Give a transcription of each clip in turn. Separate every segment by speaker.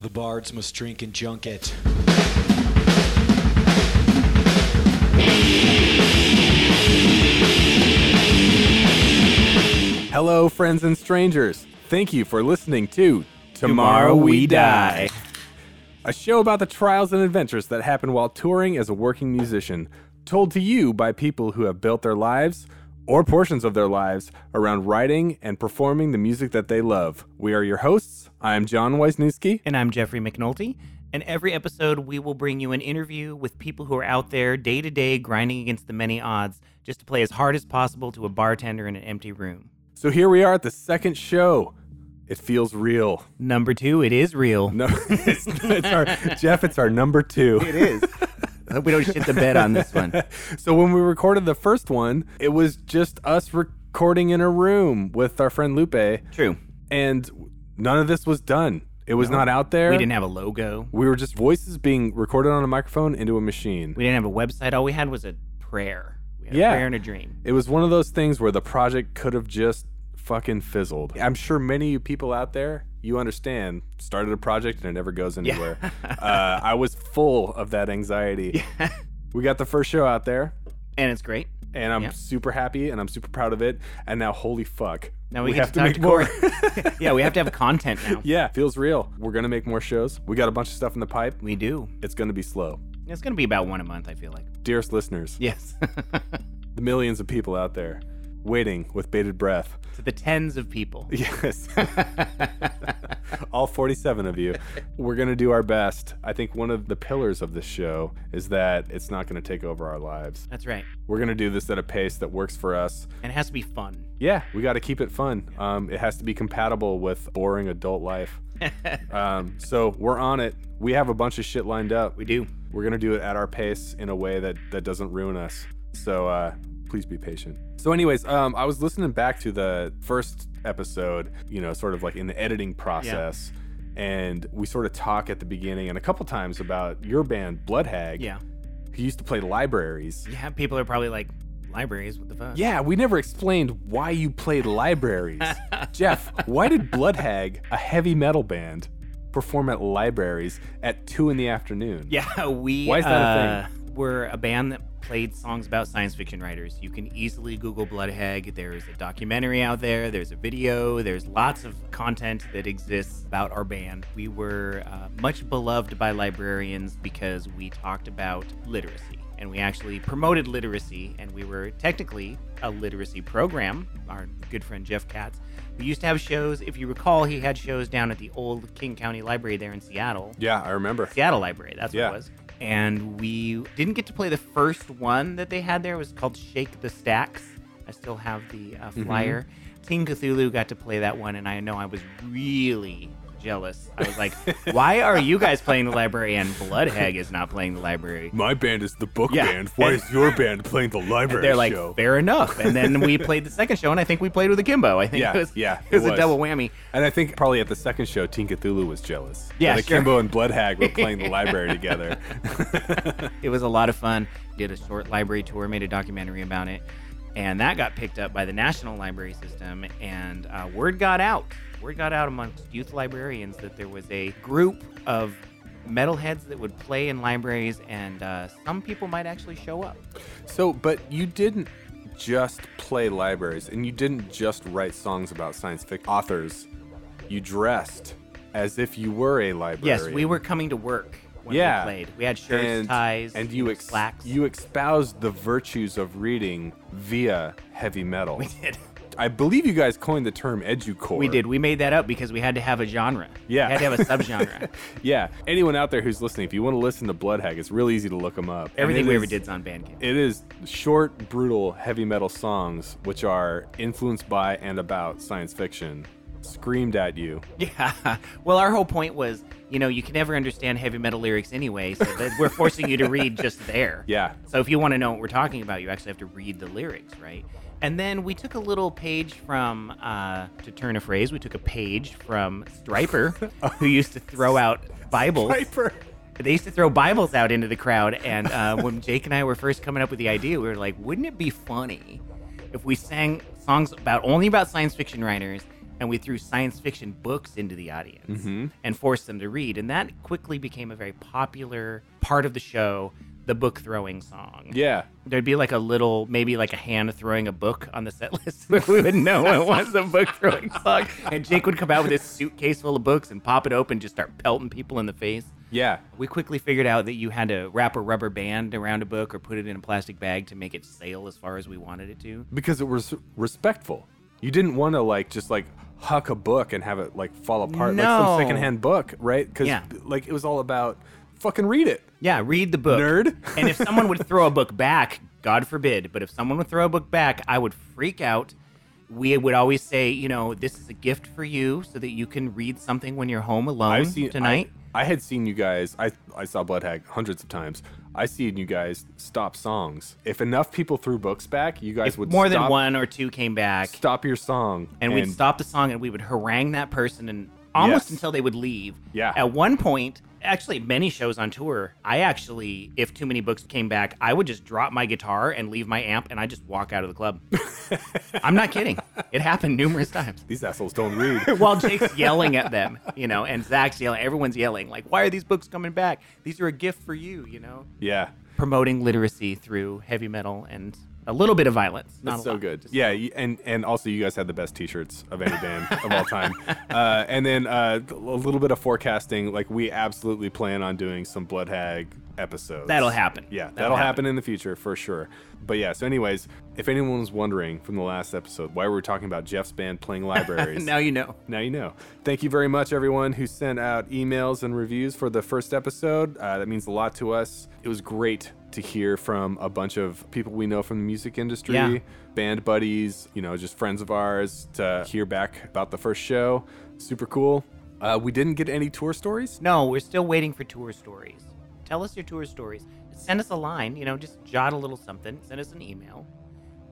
Speaker 1: The bards must drink and junket.
Speaker 2: Hello, friends and strangers. Thank you for listening to Tomorrow We Die, a show about the trials and adventures that happen while touring as a working musician, told to you by people who have built their lives or portions of their lives around writing and performing the music that they love. We are your hosts. I am John Wisniewski.
Speaker 3: And I'm Jeffrey McNulty. And every episode, we will bring you an interview with people who are out there day to day grinding against the many odds just to play as hard as possible to a bartender in an empty room.
Speaker 2: So here we are at the second show. It feels real.
Speaker 3: Number two, it is real.
Speaker 2: No, it's, it's our Jeff. It's our number two.
Speaker 4: It is. I hope we don't shit the bed on this one.
Speaker 2: So when we recorded the first one, it was just us recording in a room with our friend Lupe,
Speaker 4: True.
Speaker 2: and none of this was done. It was not out there.
Speaker 3: We didn't have a logo,
Speaker 2: We were just voices being recorded on a microphone into a machine.
Speaker 3: we didn't have a website. All we had was a prayer. We had
Speaker 2: Yeah.
Speaker 3: a prayer and a dream.
Speaker 2: It was one of those things where the project could have just fucking fizzled. I'm sure many people out there, you understand, started a project and it never goes anywhere. uh, I was full of that anxiety. We got the first show out there.
Speaker 3: And it's great.
Speaker 2: and I'm
Speaker 3: Yeah.
Speaker 2: super happy and I'm super proud of it. And now, holy fuck,
Speaker 3: Now we, get to talk to Corey. yeah, we have to have content now.
Speaker 2: yeah, feels real. We're gonna make more shows. We got a bunch of stuff in the pipe.
Speaker 3: We do.
Speaker 2: It's gonna be slow.
Speaker 3: It's going to be about one a month, I feel like.
Speaker 2: Dearest listeners,
Speaker 3: Yes.
Speaker 2: the millions of people out there waiting with bated breath.
Speaker 3: to the tens of people.
Speaker 2: Yes. All 47 of you. We're going to do our best. I think one of the pillars of this show is that it's not going to take over our lives.
Speaker 3: That's right.
Speaker 2: We're going to do this at a pace that works for us.
Speaker 3: And it has to be fun.
Speaker 2: Yeah, we got to keep it fun. Um, it has to be compatible with boring adult life. um, so we're on it. We have a bunch of shit lined up.
Speaker 3: We do.
Speaker 2: We're gonna do it at our pace in a way that that doesn't ruin us. So uh, please be patient. So, anyways, um, I was listening back to the first episode. You know, sort of like in the editing process. And we sort of talk at the beginning and a couple times about your band, Bloodhag,
Speaker 3: Yeah.
Speaker 2: who used to play libraries.
Speaker 3: Yeah, people are probably like, libraries, what the fuck?
Speaker 2: Yeah, we never explained why you played libraries. Jeff, why did Bloodhag, a heavy metal band, perform at libraries at two in the afternoon?
Speaker 3: Yeah, we
Speaker 2: Why is that a
Speaker 3: uh, We're a band that played songs about science fiction writers. You can easily Google Bloodhag. There's a documentary out there. There's a video. There's lots of content that exists about our band. We were uh, much beloved by librarians because we talked about literacy. And we actually promoted literacy, and we were technically a literacy program. Our good friend Jeff Katz, we used to have shows. If you recall, he had shows down at the old King County Library there in Seattle.
Speaker 2: Yeah, I remember.
Speaker 3: Seattle Library. That's
Speaker 2: Yeah.
Speaker 3: what it was. And we didn't get to play the first one that they had there. It was called Shake the Stacks. I still have the uh,
Speaker 2: Mm-hmm.
Speaker 3: flyer. King Cthulhu got to play that one, and I know I was really jealous. I was like, why are you guys playing the library and Bloodhag is not playing the library?
Speaker 2: My band is the book
Speaker 3: Yeah.
Speaker 2: band. Why is your band playing the library
Speaker 3: They're like,
Speaker 2: show?
Speaker 3: fair enough. And then we played the second show, and I think we played with Akimbo. I think
Speaker 2: Yeah,
Speaker 3: it was,
Speaker 2: yeah,
Speaker 3: it was,
Speaker 2: it was.
Speaker 3: a double whammy.
Speaker 2: And I think probably at the second show, Teen Cthulhu was jealous.
Speaker 3: Yeah,
Speaker 2: that
Speaker 3: sure.
Speaker 2: Akimbo and Bloodhag were playing the library together.
Speaker 3: It was a lot of fun. Did a short library tour, made a documentary about it, and that got picked up by the National Library System. And uh, word got out. Word got out amongst youth librarians that there was a group of metalheads that would play in libraries, and uh, some people might actually show up.
Speaker 2: So, but you didn't just play libraries and you didn't just write songs about science fiction authors. You dressed as if you were a librarian.
Speaker 3: Yes, we were coming to work when
Speaker 2: Yeah.
Speaker 3: we played. We had shirts, ties,
Speaker 2: and you ex-
Speaker 3: slacks.
Speaker 2: you espoused the virtues of reading via heavy metal.
Speaker 3: we did.
Speaker 2: I believe you guys coined the term educore.
Speaker 3: We did. We made that up because we had to have a genre.
Speaker 2: Yeah.
Speaker 3: We had to have a subgenre.
Speaker 2: Yeah. Anyone out there who's listening, if you want to listen to Bloodhag, it's real easy to look them up. And
Speaker 3: Everything
Speaker 2: it
Speaker 3: we
Speaker 2: is-
Speaker 3: ever did's on Bandcamp.
Speaker 2: It is short, brutal, heavy metal songs which are influenced by and about science fiction, screamed at you.
Speaker 3: Yeah. Well, our whole point was, you know, you can never understand heavy metal lyrics anyway, so that we're forcing you to read just there.
Speaker 2: Yeah.
Speaker 3: So if you want to know what we're talking about, you actually have to read the lyrics, right? And then we took a little page from, uh, to turn a phrase, we took a page from Striper, who used to throw out Bibles.
Speaker 2: Piper.
Speaker 3: They used to throw Bibles out into the crowd. And uh, when Jake and I were first coming up with the idea, we were like, wouldn't it be funny if we sang songs about only about science fiction writers and we threw science fiction books into the audience and forced them to read. And that quickly became a very popular part of the show, the book throwing song.
Speaker 2: Yeah.
Speaker 3: There'd be like a little, maybe like a hand throwing a book on the set list. we would know it was a book throwing song. And Jake would come out with his suitcase full of books and pop it open, just start pelting people in the face.
Speaker 2: Yeah.
Speaker 3: We quickly figured out that you had to wrap a rubber band around a book or put it in a plastic bag to make it sail as far as we wanted it to.
Speaker 2: Because it was respectful. You didn't want to like just like huck a book and have it like fall apart like
Speaker 3: No.
Speaker 2: some secondhand book, right? Because
Speaker 3: Yeah.
Speaker 2: like it was all about fucking read it.
Speaker 3: Yeah, read the book.
Speaker 2: Nerd.
Speaker 3: and if someone would throw a book back, God forbid, but if someone would throw a book back, I would freak out. We would always say, you know, this is a gift for you so that you can read something when you're home alone
Speaker 2: I've seen
Speaker 3: Mm-hmm. tonight.
Speaker 2: I, I had seen you guys. I I saw Bloodhag hundreds of times. I seen you guys stop songs. If enough people threw books back, you guys
Speaker 3: if
Speaker 2: would
Speaker 3: more than
Speaker 2: stop-
Speaker 3: one or two came back,
Speaker 2: Stop your song,
Speaker 3: and we'd stop the song and we would harangue that person and almost
Speaker 2: Yes.
Speaker 3: until they would leave.
Speaker 2: Yeah.
Speaker 3: At one point, actually many shows on tour, I actually, if too many books came back, I would just drop my guitar and leave my amp and I just walk out of the club. I'm not kidding. It happened numerous times.
Speaker 2: These assholes don't read.
Speaker 3: While Jake's yelling at them, you know, and Zach's yelling, everyone's yelling, like, why are these books coming back? These are a gift for you, you know?
Speaker 2: yeah,
Speaker 3: Promoting literacy through heavy metal and a little bit of violence. Not
Speaker 2: That's
Speaker 3: a
Speaker 2: so
Speaker 3: lot,
Speaker 2: good.
Speaker 3: just-
Speaker 2: Yeah, you- and and also you guys had the best T-shirts of any band of all time. Uh, and then uh, a little bit of forecasting. Like we absolutely plan on doing some Blood Hag episodes.
Speaker 3: That'll happen.
Speaker 2: Yeah, that'll,
Speaker 3: That'll
Speaker 2: happen. in the future for sure. But yeah. So, anyways, if anyone was wondering from the last episode why we were talking about Jeff's band playing libraries,
Speaker 3: Now you know.
Speaker 2: Now you know. Thank you very much, everyone who sent out emails and reviews for the first episode. Uh, that means a lot to us. It was great to hear from a bunch of people we know from the music industry,
Speaker 3: Yeah.
Speaker 2: band buddies, you know, just friends of ours, to hear back about the first show. Super cool. Uh, we didn't get any tour stories.
Speaker 3: No, we're still waiting for tour stories. Tell us your tour stories. Send us a line, you know, just jot a little something. Send us an email,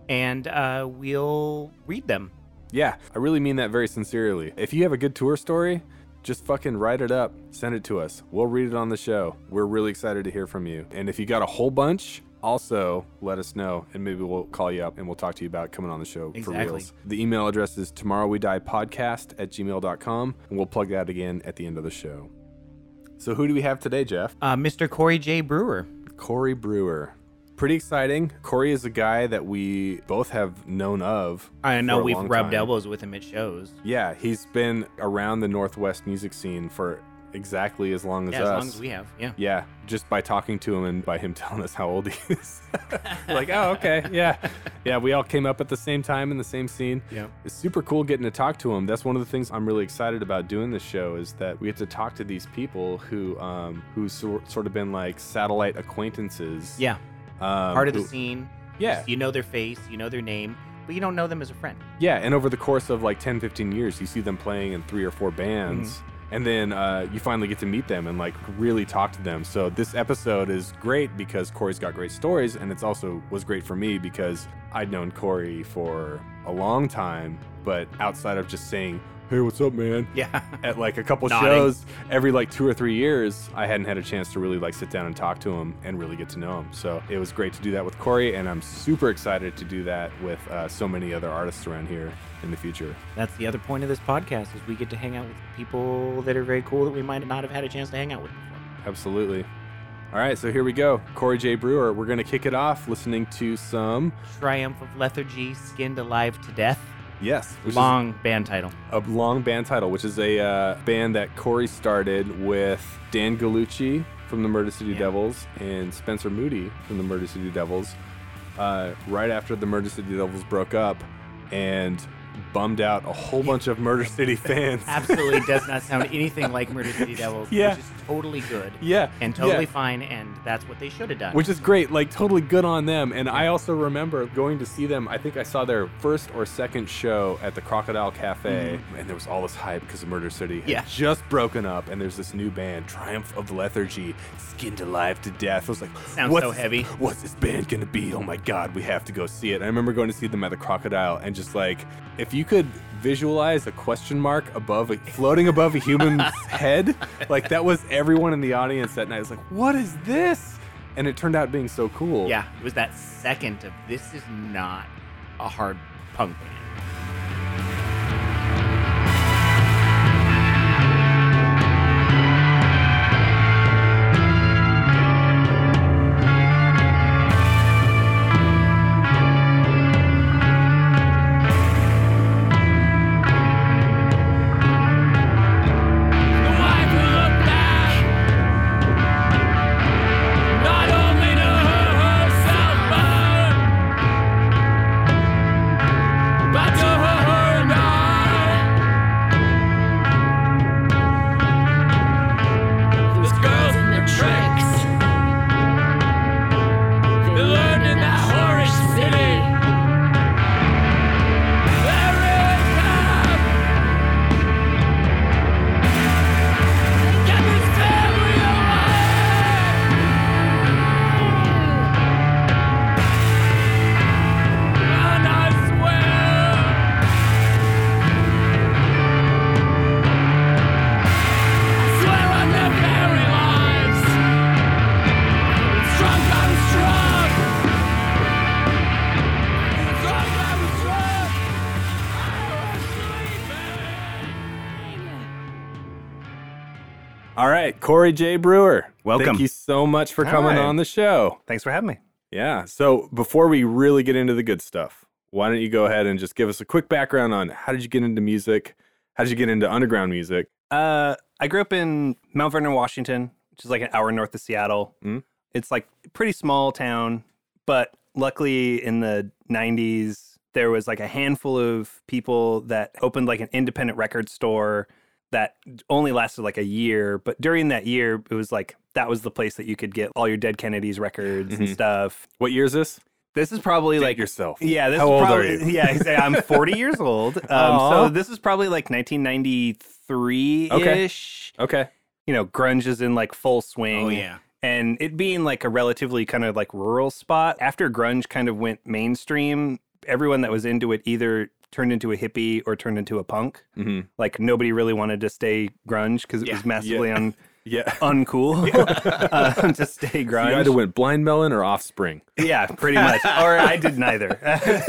Speaker 3: and uh, we'll read them.
Speaker 2: Yeah, I really mean that very sincerely. If you have a good tour story, just fucking write it up, send it to us. We'll read it on the show. We're really excited to hear from you. And if you got a whole bunch, also let us know and maybe we'll call you up and we'll talk to you about coming on the show for
Speaker 3: Exactly.
Speaker 2: reals. The email address is tomorrowwediepodcast at gmail.com and we'll plug that again at the end of the show. So who do we have today, Jeff?
Speaker 3: Uh, Mr. Corey J. Brewer.
Speaker 2: Corey Brewer. Pretty exciting. Corey is a guy that we both have known of.
Speaker 3: I know
Speaker 2: for a
Speaker 3: we've
Speaker 2: long
Speaker 3: rubbed
Speaker 2: time.
Speaker 3: elbows with him at shows.
Speaker 2: Yeah, he's been around the Northwest music scene for exactly as long as
Speaker 3: Yeah, as
Speaker 2: us.
Speaker 3: long as we have. Yeah.
Speaker 2: yeah, just by talking to him and by him telling us how old he is. like, oh, okay, yeah. Yeah, we all came up at the same time in the same scene.
Speaker 3: Yeah.
Speaker 2: It's super cool getting to talk to him. That's one of the things I'm really excited about doing this show is that we get to talk to these people who um who sor- sort of been like satellite acquaintances.
Speaker 3: Yeah.
Speaker 2: Um,
Speaker 3: Part of the
Speaker 2: who-
Speaker 3: scene.
Speaker 2: Yeah.
Speaker 3: You know their face, you know their name, but you don't know them as a friend.
Speaker 2: Yeah, and over the course of like 10, 15 years, you see them playing in three or four bands. And then uh, you finally get to meet them and like really talk to them. So this episode is great because Corey's got great stories, and it's also was great for me because I'd known Corey for a long time, but outside of just saying, "Hey, what's up, man?"
Speaker 3: Yeah.
Speaker 2: at like a couple
Speaker 3: Nodding.
Speaker 2: shows every like two or three years, I hadn't had a chance to really like sit down and talk to him and really get to know him. So it was great to do that with Corey, and I'm super excited to do that with uh, so many other artists around here in the future.
Speaker 3: That's the other point of this podcast is we get to hang out with people that are very cool that we might not have had a chance to hang out with before.
Speaker 2: Absolutely. All right, so here we go. Corey J. Brewer, we're going to kick it off listening to some,
Speaker 3: Triumph of Lethargy, Skinned Alive to Death.
Speaker 2: yes, which is
Speaker 3: Long band title.
Speaker 2: a long band title, which is a uh, band that Corey started with Dan Galucci from the Murder City
Speaker 3: Yeah.
Speaker 2: Devils and Spencer Moody from the Murder City Devils. Uh, right after the Murder City Devils broke up, and bummed out a whole bunch of Murder City fans.
Speaker 3: Absolutely does not sound anything like Murder City Devils,
Speaker 2: Yeah.
Speaker 3: which is totally good
Speaker 2: yeah,
Speaker 3: and totally
Speaker 2: yeah.
Speaker 3: fine, and that's what they should have done.
Speaker 2: Which is great, like totally good on them. And I also remember going to see them. I think I saw their first or second show at the Crocodile Cafe, and there was all this hype because Murder City had
Speaker 3: Mm. Yeah.
Speaker 2: just broken up, and there's this new band, Triumph of Lethargy, skinned alive to death. I was like,
Speaker 3: Sounds
Speaker 2: what's
Speaker 3: so
Speaker 2: this-
Speaker 3: heavy."
Speaker 2: What's this band gonna be? Oh my god, we have to go see it. And I remember going to see them at the Crocodile, and just like, if you could visualize a question mark above a, floating above a human's head, like that was everyone in the audience that night. It's like, what is this? And it turned out being so cool.
Speaker 3: yeah, it was that second of this is not a hard punk band.
Speaker 2: All right, Corey J. Brewer.
Speaker 5: Welcome.
Speaker 2: Thank you so much for coming
Speaker 5: Hi.
Speaker 2: on the show.
Speaker 5: Thanks for having me.
Speaker 2: Yeah. So before we really get into the good stuff, why don't you go ahead and just give us a quick background on how did you get into music? How did you get into underground music?
Speaker 5: Uh, I grew up in Mount Vernon, Washington, which is like an hour north of Seattle.
Speaker 2: Mm.
Speaker 5: It's like a pretty small town, but luckily in the 90s, there was like a handful of people that opened like an independent record store that only lasted like a year. But during that year, it was like that was the place that you could get all your Dead Kennedys records and
Speaker 2: Mhm.
Speaker 5: stuff.
Speaker 2: What year is this?
Speaker 5: This is probably like
Speaker 2: Date yourself.
Speaker 5: Yeah, this
Speaker 2: How
Speaker 5: is
Speaker 2: old are
Speaker 5: probably,
Speaker 2: you?
Speaker 5: Yeah, exa- I'm 40 years old. Um,
Speaker 2: Aw.
Speaker 5: so this is probably like 1993 ish.
Speaker 2: Okay.
Speaker 5: You know, grunge is in like full swing.
Speaker 3: Oh yeah.
Speaker 5: And it being like a relatively kind of like rural spot, after grunge kind of went mainstream, everyone that was into it either turned into a hippie or turned into a punk.
Speaker 2: hmm
Speaker 5: Like nobody really wanted to stay grunge because it
Speaker 3: Yeah.
Speaker 5: was massively un-
Speaker 2: Yeah. So
Speaker 5: uncool uh, to stay
Speaker 2: you
Speaker 5: grunge.
Speaker 2: either went Blind Melon or Offspring.
Speaker 5: yeah, pretty much. or I did neither.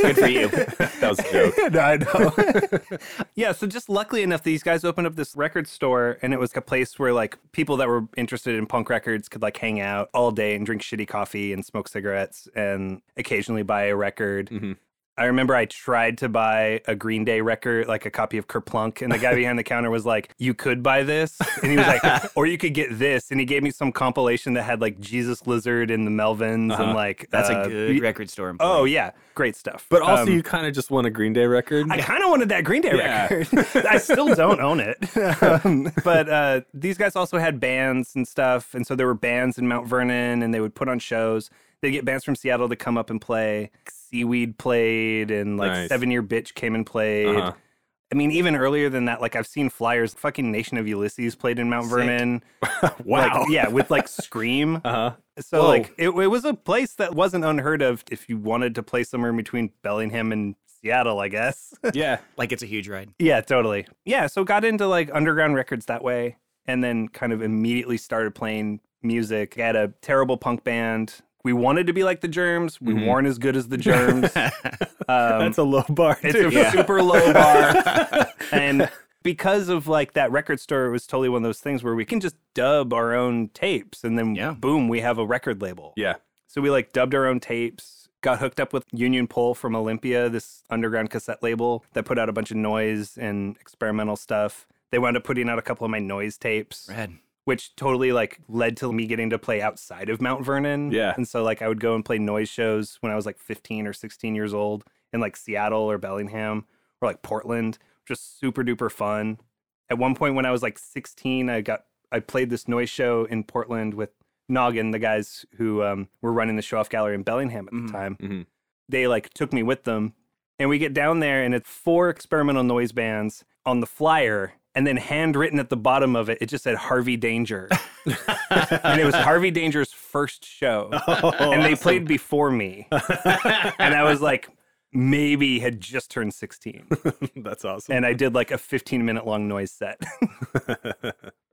Speaker 3: Good for you.
Speaker 2: That was a joke.
Speaker 5: No, I know. yeah, so just luckily enough, these guys opened up this record store, and it was a place where like people that were interested in punk records could like hang out all day and drink shitty coffee and smoke cigarettes and occasionally buy a record.
Speaker 2: Mhm.
Speaker 5: I remember I tried to buy a Green Day record, like a copy of Kerplunk, and the guy behind the counter was like, "You could buy this," and he was like, "Or you could get this," and he gave me some compilation that had like Jesus Lizard and the Melvins
Speaker 2: Uh-huh.
Speaker 5: and like
Speaker 3: That's
Speaker 5: uh,
Speaker 3: a good record store. employee.
Speaker 5: Oh yeah, great stuff.
Speaker 2: But also,
Speaker 5: Um,
Speaker 2: you kind of just want a Green Day record.
Speaker 5: I kind of wanted that Green Day
Speaker 2: Yeah.
Speaker 5: record. I still don't own it. Um, but uh, these guys also had bands and stuff. And so there were bands in Mount Vernon and they would put on shows. They'd get bands from Seattle to come up and play. Seaweed played and like
Speaker 2: Nice.
Speaker 5: Seven Year Bitch came and played.
Speaker 2: Uh-huh.
Speaker 5: I mean, even earlier than that, like I've seen flyers. Fucking Nation of Ulysses played in Mount Vernon.
Speaker 2: wow.
Speaker 5: Like, yeah, with like Scream.
Speaker 2: Uh huh.
Speaker 5: So
Speaker 2: Whoa.
Speaker 5: like it, it was a place that wasn't unheard of if you wanted to play somewhere in between Bellingham and Seattle, I guess.
Speaker 2: Yeah.
Speaker 3: like it's a huge ride.
Speaker 5: Yeah, totally. Yeah, so got into like underground records that way and then kind of immediately started playing music. I had a terrible punk band. We wanted to be like the Germs. We
Speaker 2: Mhm.
Speaker 5: weren't as good as the Germs. Um,
Speaker 2: That's a low bar.
Speaker 5: it's
Speaker 2: too.
Speaker 5: a super low bar. and because of like that record store, it was totally one of those things where we can just dub our own tapes and then
Speaker 3: Yeah.
Speaker 5: boom, we have a record label.
Speaker 2: Yeah.
Speaker 5: So we like dubbed our own tapes, got hooked up with Union Pole from Olympia, this underground cassette label that put out a bunch of noise and experimental stuff. They wound up putting out a couple of my noise tapes,
Speaker 3: Rad.
Speaker 5: which totally like led to me getting to play outside of Mount Vernon.
Speaker 2: Yeah.
Speaker 5: And so like I would go and play noise shows when I was like 15 or 16 years old in like Seattle or Bellingham or like Portland, just super duper fun. At one point when I was like 16, I got I played this noise show in Portland with Noggin, the guys who um, were running the show off gallery in Bellingham at the
Speaker 3: Mhm.
Speaker 5: time.
Speaker 2: Mhm.
Speaker 5: They like took me with them, and we get down there, and it's four experimental noise bands on the flyer, and then handwritten at the bottom of it, it just said Harvey Danger, and it was Harvey Danger's first show,
Speaker 2: Oh,
Speaker 5: and they played before me, and I was like, maybe had just turned sixteen,
Speaker 2: That's awesome.
Speaker 5: and I did like a fifteen minute long noise set.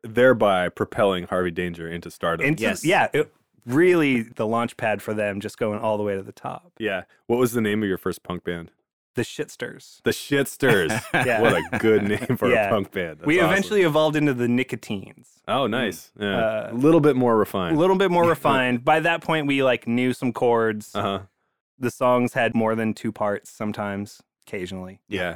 Speaker 2: Thereby propelling Harvey Danger into stardom.
Speaker 5: And so-
Speaker 3: Yes.
Speaker 5: yeah, it, really the launch pad for them, just going all the way to the top.
Speaker 2: yeah. What was the name of your first punk band?
Speaker 5: The shitsters.
Speaker 2: The Shitsters.
Speaker 5: Yeah.
Speaker 2: What a good name for a
Speaker 5: Yeah.
Speaker 2: punk band. That's
Speaker 5: we
Speaker 2: awesome.
Speaker 5: eventually evolved into the nicotines
Speaker 2: Oh, nice. Yeah.
Speaker 5: Uh,
Speaker 2: a little bit more
Speaker 5: a
Speaker 2: refined.
Speaker 5: little bit more refined by that point we like knew some chords
Speaker 2: uh huh.
Speaker 5: the songs had more than two parts sometimes occasionally
Speaker 2: Yeah.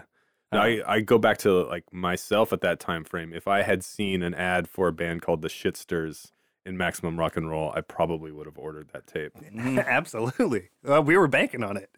Speaker 5: Uh,
Speaker 2: No, I, I go back to like myself at that time frame. If I had seen an ad for a band called the Shitsters in Maximum Rock and Roll, I probably would have ordered that tape.
Speaker 5: Mm-hmm. absolutely uh, we were banking on it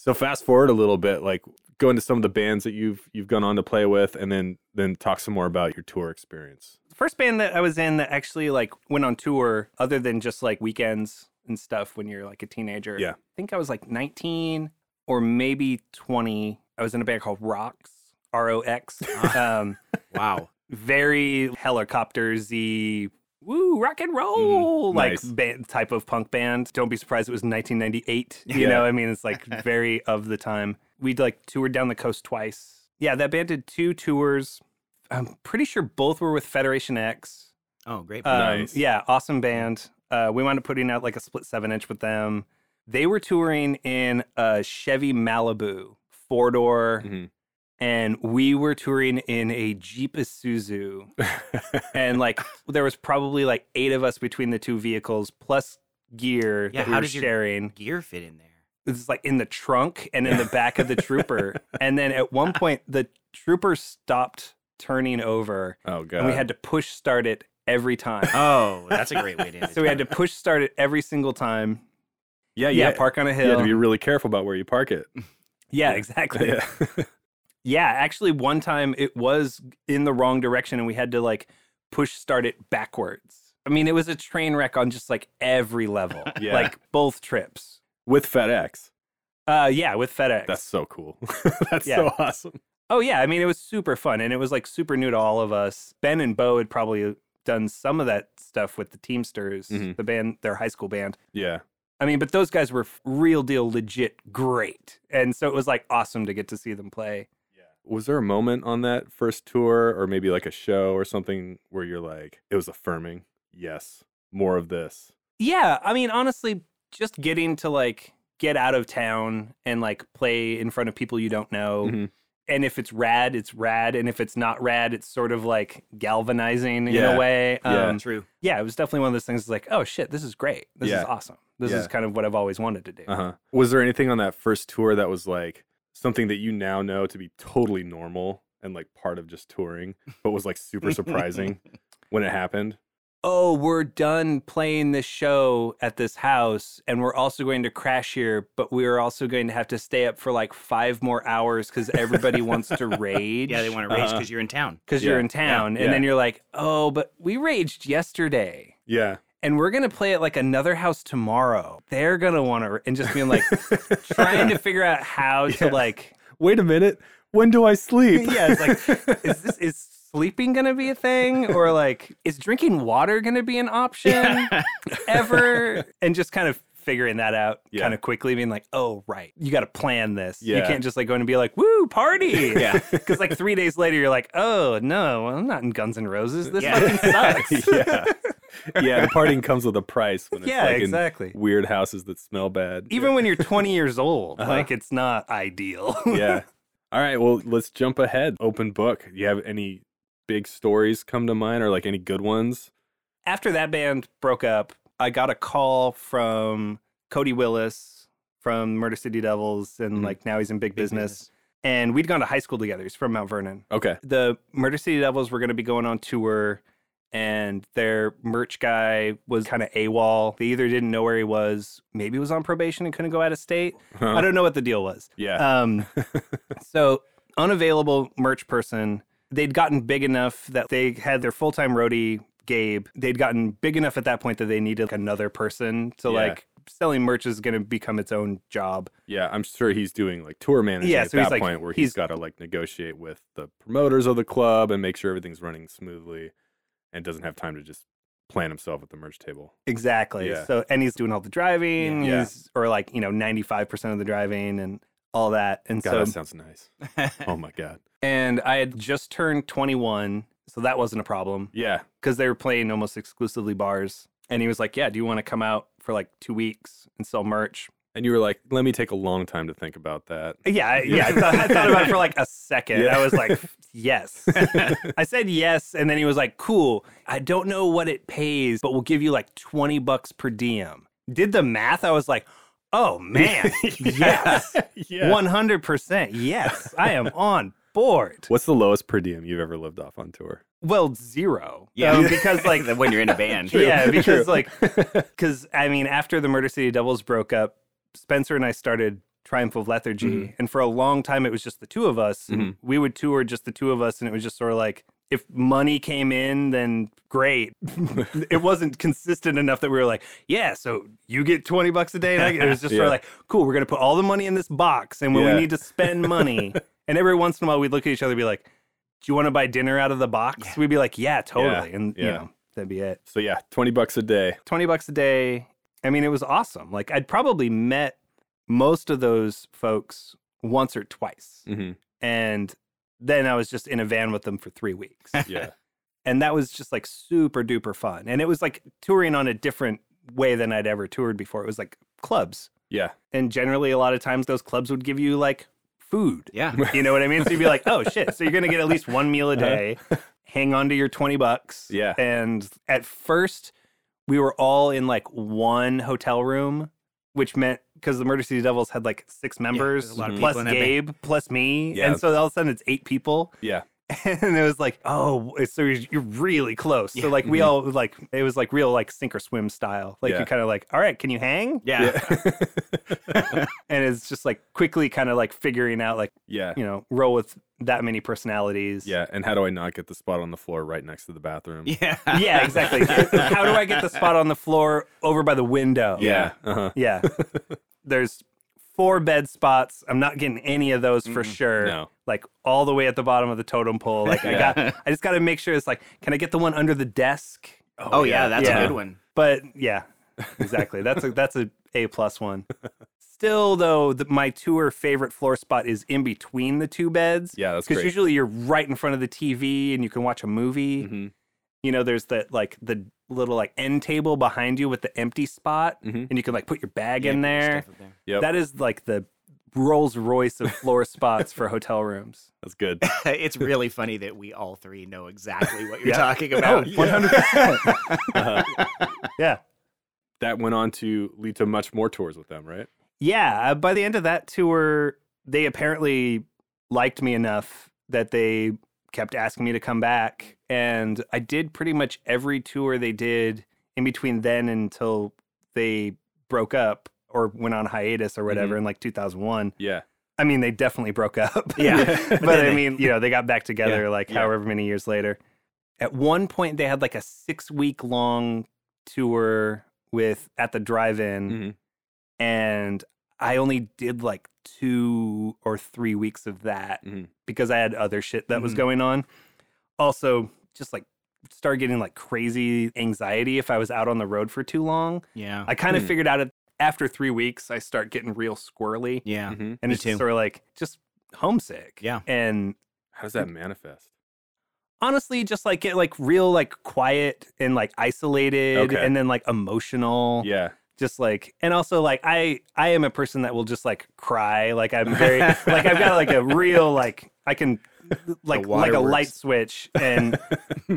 Speaker 2: So fast forward a little bit, like go into some of the bands that you've you've gone on to play with, and then then talk some more about your tour experience.
Speaker 5: the first band that i was in that actually like went on tour other than just like weekends and stuff when you're like a teenager
Speaker 2: Yeah.
Speaker 5: i think i was like 19 or maybe 20 i was in a band called rocks r-o-x
Speaker 2: Ah.
Speaker 5: um,
Speaker 3: Wow.
Speaker 5: very helicopters y woo rock and roll
Speaker 2: Mhm.
Speaker 5: like
Speaker 2: Nice.
Speaker 5: ba- type of punk band don't be surprised it was 1998 you
Speaker 2: Yeah.
Speaker 5: know i mean it's like very of the time we'd like toured down the coast twice yeah that band did two tours i'm pretty sure both were with federation x
Speaker 3: Oh, great.
Speaker 5: um,
Speaker 2: Nice.
Speaker 5: yeah awesome band uh, we wound up putting out like a split seven inch with them uh, they were touring in a chevy malibu four door
Speaker 2: Mhm.
Speaker 5: and we were touring in a Jeep Isuzu. and like there was probably like eight of us between the two vehicles plus gear
Speaker 3: Yeah,
Speaker 5: that we
Speaker 3: how
Speaker 5: were
Speaker 3: does your-
Speaker 5: sharing.
Speaker 3: Gear fit in there.
Speaker 5: It's like in the trunk and in the back of the trooper. and then at one point the trooper stopped turning over
Speaker 2: Oh god.
Speaker 5: and we had to push start it every time.
Speaker 3: Oh, that's a great way to end it.
Speaker 5: so we had to push start it every single time.
Speaker 2: yeah,
Speaker 5: Yeah,
Speaker 2: yeah.
Speaker 5: park on a
Speaker 2: you had to
Speaker 5: hill.
Speaker 2: be really careful about where you park it.
Speaker 5: yeah, exactly.
Speaker 2: yeah.
Speaker 5: Yeah, actually, one time it was in the wrong direction and we had to like push start it backwards. I mean, it was a train wreck on just like every level,
Speaker 2: Yeah.
Speaker 5: like both trips.
Speaker 2: With FedEx.
Speaker 5: Uh, yeah, with FedEx.
Speaker 2: That's so cool. That's
Speaker 5: Yeah.
Speaker 2: so awesome.
Speaker 5: oh, yeah. I mean, it was super fun and it was like super new to all of us. Ben and Bo had probably done some of that stuff with the Teamsters,
Speaker 2: Mhm.
Speaker 5: the band, their high school band.
Speaker 2: Yeah.
Speaker 5: I mean, but those guys were f- real deal legit great. And so it was like awesome to get to see them play.
Speaker 2: Was there a moment on that first tour or maybe like a show or something where you're like, it was affirming? Yes. More of this.
Speaker 5: Yeah, I mean, honestly, just getting to like get out of town and like play in front of people you don't know.
Speaker 2: Mhm.
Speaker 5: And if it's rad, it's rad. And if it's not rad, it's sort of like galvanizing in
Speaker 2: Yeah.
Speaker 5: a way.
Speaker 2: Yeah.
Speaker 5: Um,
Speaker 3: True.
Speaker 5: yeah, it was definitely one of those things that's like, oh shit, this is great. This
Speaker 2: Yeah.
Speaker 5: is awesome. This
Speaker 2: Yeah.
Speaker 5: is kind of what I've always wanted to do.
Speaker 2: Uh-huh. Was there anything on that first tour that was like something that you now know to be totally normal and like part of just touring, but was like super surprising when it happened?
Speaker 5: Oh, we're done playing this show at this house and we're also going to crash here, but we are also going to have to stay up for like five more hours because everybody wants to rage.
Speaker 3: Yeah, they want to rage
Speaker 2: Uh-huh.
Speaker 3: because you're in town.
Speaker 5: because
Speaker 2: Yeah.
Speaker 5: you're in town.
Speaker 2: Yeah.
Speaker 5: And then you're like, oh, but we raged yesterday.
Speaker 2: Yeah.
Speaker 5: And we're gonna play at like another house tomorrow. They're gonna want to, and just being like trying to figure out how to
Speaker 2: Yeah.
Speaker 5: like,
Speaker 2: Wait a minute. When do I sleep?
Speaker 5: yeah, it's like, is this is sleeping gonna be a thing, or like, is drinking water gonna be an option ever? And just kind of figuring that out
Speaker 2: Yeah.
Speaker 5: kind of quickly, being like, oh right, you got to plan this. You
Speaker 2: Yeah.
Speaker 5: can't just like go in and be like, woo party,
Speaker 3: Yeah.
Speaker 5: Because like three days later, you're like, oh no, I'm not in Guns N' Roses. This
Speaker 3: Yeah.
Speaker 5: fucking sucks.
Speaker 2: yeah. Yeah, the partying comes with a price when it's
Speaker 5: Yeah,
Speaker 2: like in
Speaker 5: exactly.
Speaker 2: weird houses that smell bad.
Speaker 5: Even when you're 20 years old,
Speaker 2: Uh-huh.
Speaker 5: like it's not ideal.
Speaker 2: yeah. All right, well, let's jump ahead. Open book. You have any big stories come to mind or like any good ones?
Speaker 5: After that band broke up, I got a call from Cody Willis from Murder City Devils, and
Speaker 2: Mhm.
Speaker 5: like now he's in Mm-hmm. big,
Speaker 3: Big
Speaker 5: business. And we'd gone to high school together. He's from Mount Vernon.
Speaker 2: Okay.
Speaker 5: The Murder City Devils were going to be going on tour, and their merch guy was kind of AWOL. They either didn't know where he was, maybe he was on probation and couldn't go out of state.
Speaker 2: Huh.
Speaker 5: I don't know what the deal was.
Speaker 2: yeah.
Speaker 5: Um, so unavailable merch person. They'd gotten big enough that they had their full time roadie Gabe. They'd gotten big enough at that point that they needed like, another person. So
Speaker 2: Yeah.
Speaker 5: like selling merch is going to become its own job.
Speaker 2: Yeah, I'm sure he's doing like tour management
Speaker 5: Yeah,
Speaker 2: at
Speaker 5: so he's,
Speaker 2: that
Speaker 5: like-
Speaker 2: point where
Speaker 5: he's-
Speaker 2: he's got to like negotiate with the promoters of the club and make sure everything's running smoothly and doesn't have time to just plan himself at the merch table.
Speaker 5: Exactly.
Speaker 2: Yeah.
Speaker 5: So and he's doing all the driving.
Speaker 2: Yeah.
Speaker 5: He's or like you know ninety five percent of the driving and all that. And
Speaker 2: God,
Speaker 5: so
Speaker 2: that sounds nice. oh my God.
Speaker 5: and I had just turned twenty one, so that wasn't a problem.
Speaker 2: Yeah.
Speaker 5: because they were playing almost exclusively bars. And he was like, "Yeah, do you want to come out for like two weeks and sell merch?"
Speaker 2: And you were like, let me take a long time to think about that.
Speaker 5: Yeah, I- yeah. I thought, I thought about it for like a second.
Speaker 2: Yeah.
Speaker 5: I was like, "Yes." I said yes, and then he was like, "Cool. I don't know what it pays, but we'll give you like twenty bucks per diem." Did the math? I was like, "Oh man, yes,
Speaker 2: yeah.
Speaker 5: one hundred percent. Yes, I am on board."
Speaker 2: What's the lowest per diem you've ever lived off on tour?
Speaker 5: Well, zero.
Speaker 3: Yeah.
Speaker 5: Um, because like
Speaker 3: when you're in a band.
Speaker 5: Yeah, because
Speaker 2: True.
Speaker 5: like, because I mean, after the Murder City Devils broke up, Spencer and I started Triumph of Lethargy,
Speaker 2: Mm-hmm.
Speaker 5: and for a long time it was just the two of us. and We would tour just the two of us, and it was just sort of like if money came in, then great. it wasn't consistent enough that we were like, yeah, so you get twenty bucks a day. And I get, it was just sort
Speaker 2: Yeah.
Speaker 5: of like, cool, we're gonna put all the money in this box, and when
Speaker 2: Yeah.
Speaker 5: we need to spend money, and every once in a while we'd look at each other and be like. Do you want to buy dinner out of the box? We'd be like, yeah, totally. And, you
Speaker 2: Yeah.
Speaker 5: know, that'd be it.
Speaker 2: So yeah, 20 bucks a day.
Speaker 5: 20 bucks a day. I mean, it was awesome. Like, I'd probably met most of those folks once or twice.
Speaker 2: hmm
Speaker 5: And then I was just in a van with them for three weeks.
Speaker 2: Yeah.
Speaker 5: and that was just like super duper fun. And it was like touring on a different way than I'd ever toured before. It was like clubs.
Speaker 2: Yeah.
Speaker 5: And generally, a lot of times, those clubs would give you like food.
Speaker 3: Yeah.
Speaker 5: You know what I mean? So you'd be like, oh shit. So you're gonna get at least one meal a
Speaker 3: Uh-huh.
Speaker 5: day. Hang on to your 20 bucks.
Speaker 2: Yeah.
Speaker 5: And at first we were all in like one hotel room, which meant because the Murder City Devils had like six members,
Speaker 3: there's a lot of
Speaker 5: plus
Speaker 3: people in that
Speaker 5: Gabe, plus me.
Speaker 2: Yeah.
Speaker 5: And so all of a sudden it's eight people.
Speaker 2: Yeah.
Speaker 5: And it was like, oh, so you're you're really close.
Speaker 3: Yeah. Mm-hmm.
Speaker 5: So like we all like it was like real like sink or swim style. Like
Speaker 2: Yeah.
Speaker 5: you kind of like, all right, can you hang?
Speaker 3: Yeah.
Speaker 5: and it's just like quickly kind of like figuring out like
Speaker 2: Yeah.
Speaker 5: you know roll with that many personalities
Speaker 2: Yeah. And how do I not get the spot on the floor right next to the bathroom?
Speaker 3: Yeah.
Speaker 5: yeah exactly how do i get the spot on the floor over by the window
Speaker 2: Yeah. Uh-huh.
Speaker 5: yeah there's four bed spots i'm not getting any of those for sure
Speaker 2: No.
Speaker 5: like all the way at the bottom of the totem pole like i
Speaker 2: Yeah.
Speaker 5: got i just got to make sure it's like can i get the one under the desk
Speaker 3: Oh, yeah, that's
Speaker 5: Yeah.
Speaker 3: a good one.
Speaker 5: but yeah exactly that's a that's a a plus one still though the, my tour favorite floor spot is in between the two beds
Speaker 2: Yeah, that's
Speaker 5: because
Speaker 2: great.
Speaker 5: usually you're right in front of the tv and you can watch a movie
Speaker 2: Mhm.
Speaker 5: you know there's that like the little like end table behind you with the empty spot
Speaker 2: Mhm.
Speaker 5: and you can like put your bag
Speaker 3: Yeah,
Speaker 5: in
Speaker 3: put your
Speaker 5: there
Speaker 3: stuff up there.
Speaker 2: Yep.
Speaker 5: that is like the rolls royce of floor spots for hotel rooms
Speaker 2: that's good.
Speaker 3: it's really funny that we all three know exactly what you're
Speaker 5: Yeah.
Speaker 3: talking about.
Speaker 5: 100% yeah
Speaker 2: Uh-huh. That went on to lead to much more tours with them, right?
Speaker 5: Yeah, uh, by the end of that tour, they apparently liked me enough that they kept asking me to come back. And I did pretty much every tour they did in between then until they broke up or went on hiatus or whatever in like 2001.
Speaker 2: Yeah.
Speaker 5: I mean, they definitely broke up.
Speaker 3: Yeah.
Speaker 5: but
Speaker 3: But
Speaker 5: I
Speaker 3: they-
Speaker 5: mean, you know, they got back together
Speaker 2: Yeah,
Speaker 5: like
Speaker 2: yeah.
Speaker 5: however many years later. At one point, they had like a six week long tour with at the drive in
Speaker 2: Mhm.
Speaker 5: and I only did like two or three weeks of that
Speaker 2: Mhm.
Speaker 5: because I had other shit that was
Speaker 3: Mhm.
Speaker 5: going on. Also, just like started getting like crazy anxiety if I was out on the road for too long.
Speaker 3: Yeah.
Speaker 5: I kind of
Speaker 2: Hmm.
Speaker 5: figured out it after three weeks, I start getting real squirrely
Speaker 3: yeah.
Speaker 2: Mhm.
Speaker 5: and
Speaker 3: me
Speaker 5: it's just
Speaker 3: too.
Speaker 5: sort of like just homesick.
Speaker 3: Yeah.
Speaker 5: And
Speaker 2: How does that manifest?
Speaker 5: honestly, just like get like real like quiet and like isolated
Speaker 2: Okay.
Speaker 5: and then like emotional.
Speaker 2: Yeah.
Speaker 5: just like and also like i i am a person that will just like cry like i'm very like i've got like a real like i can like like a
Speaker 3: waterworks.
Speaker 5: light switch and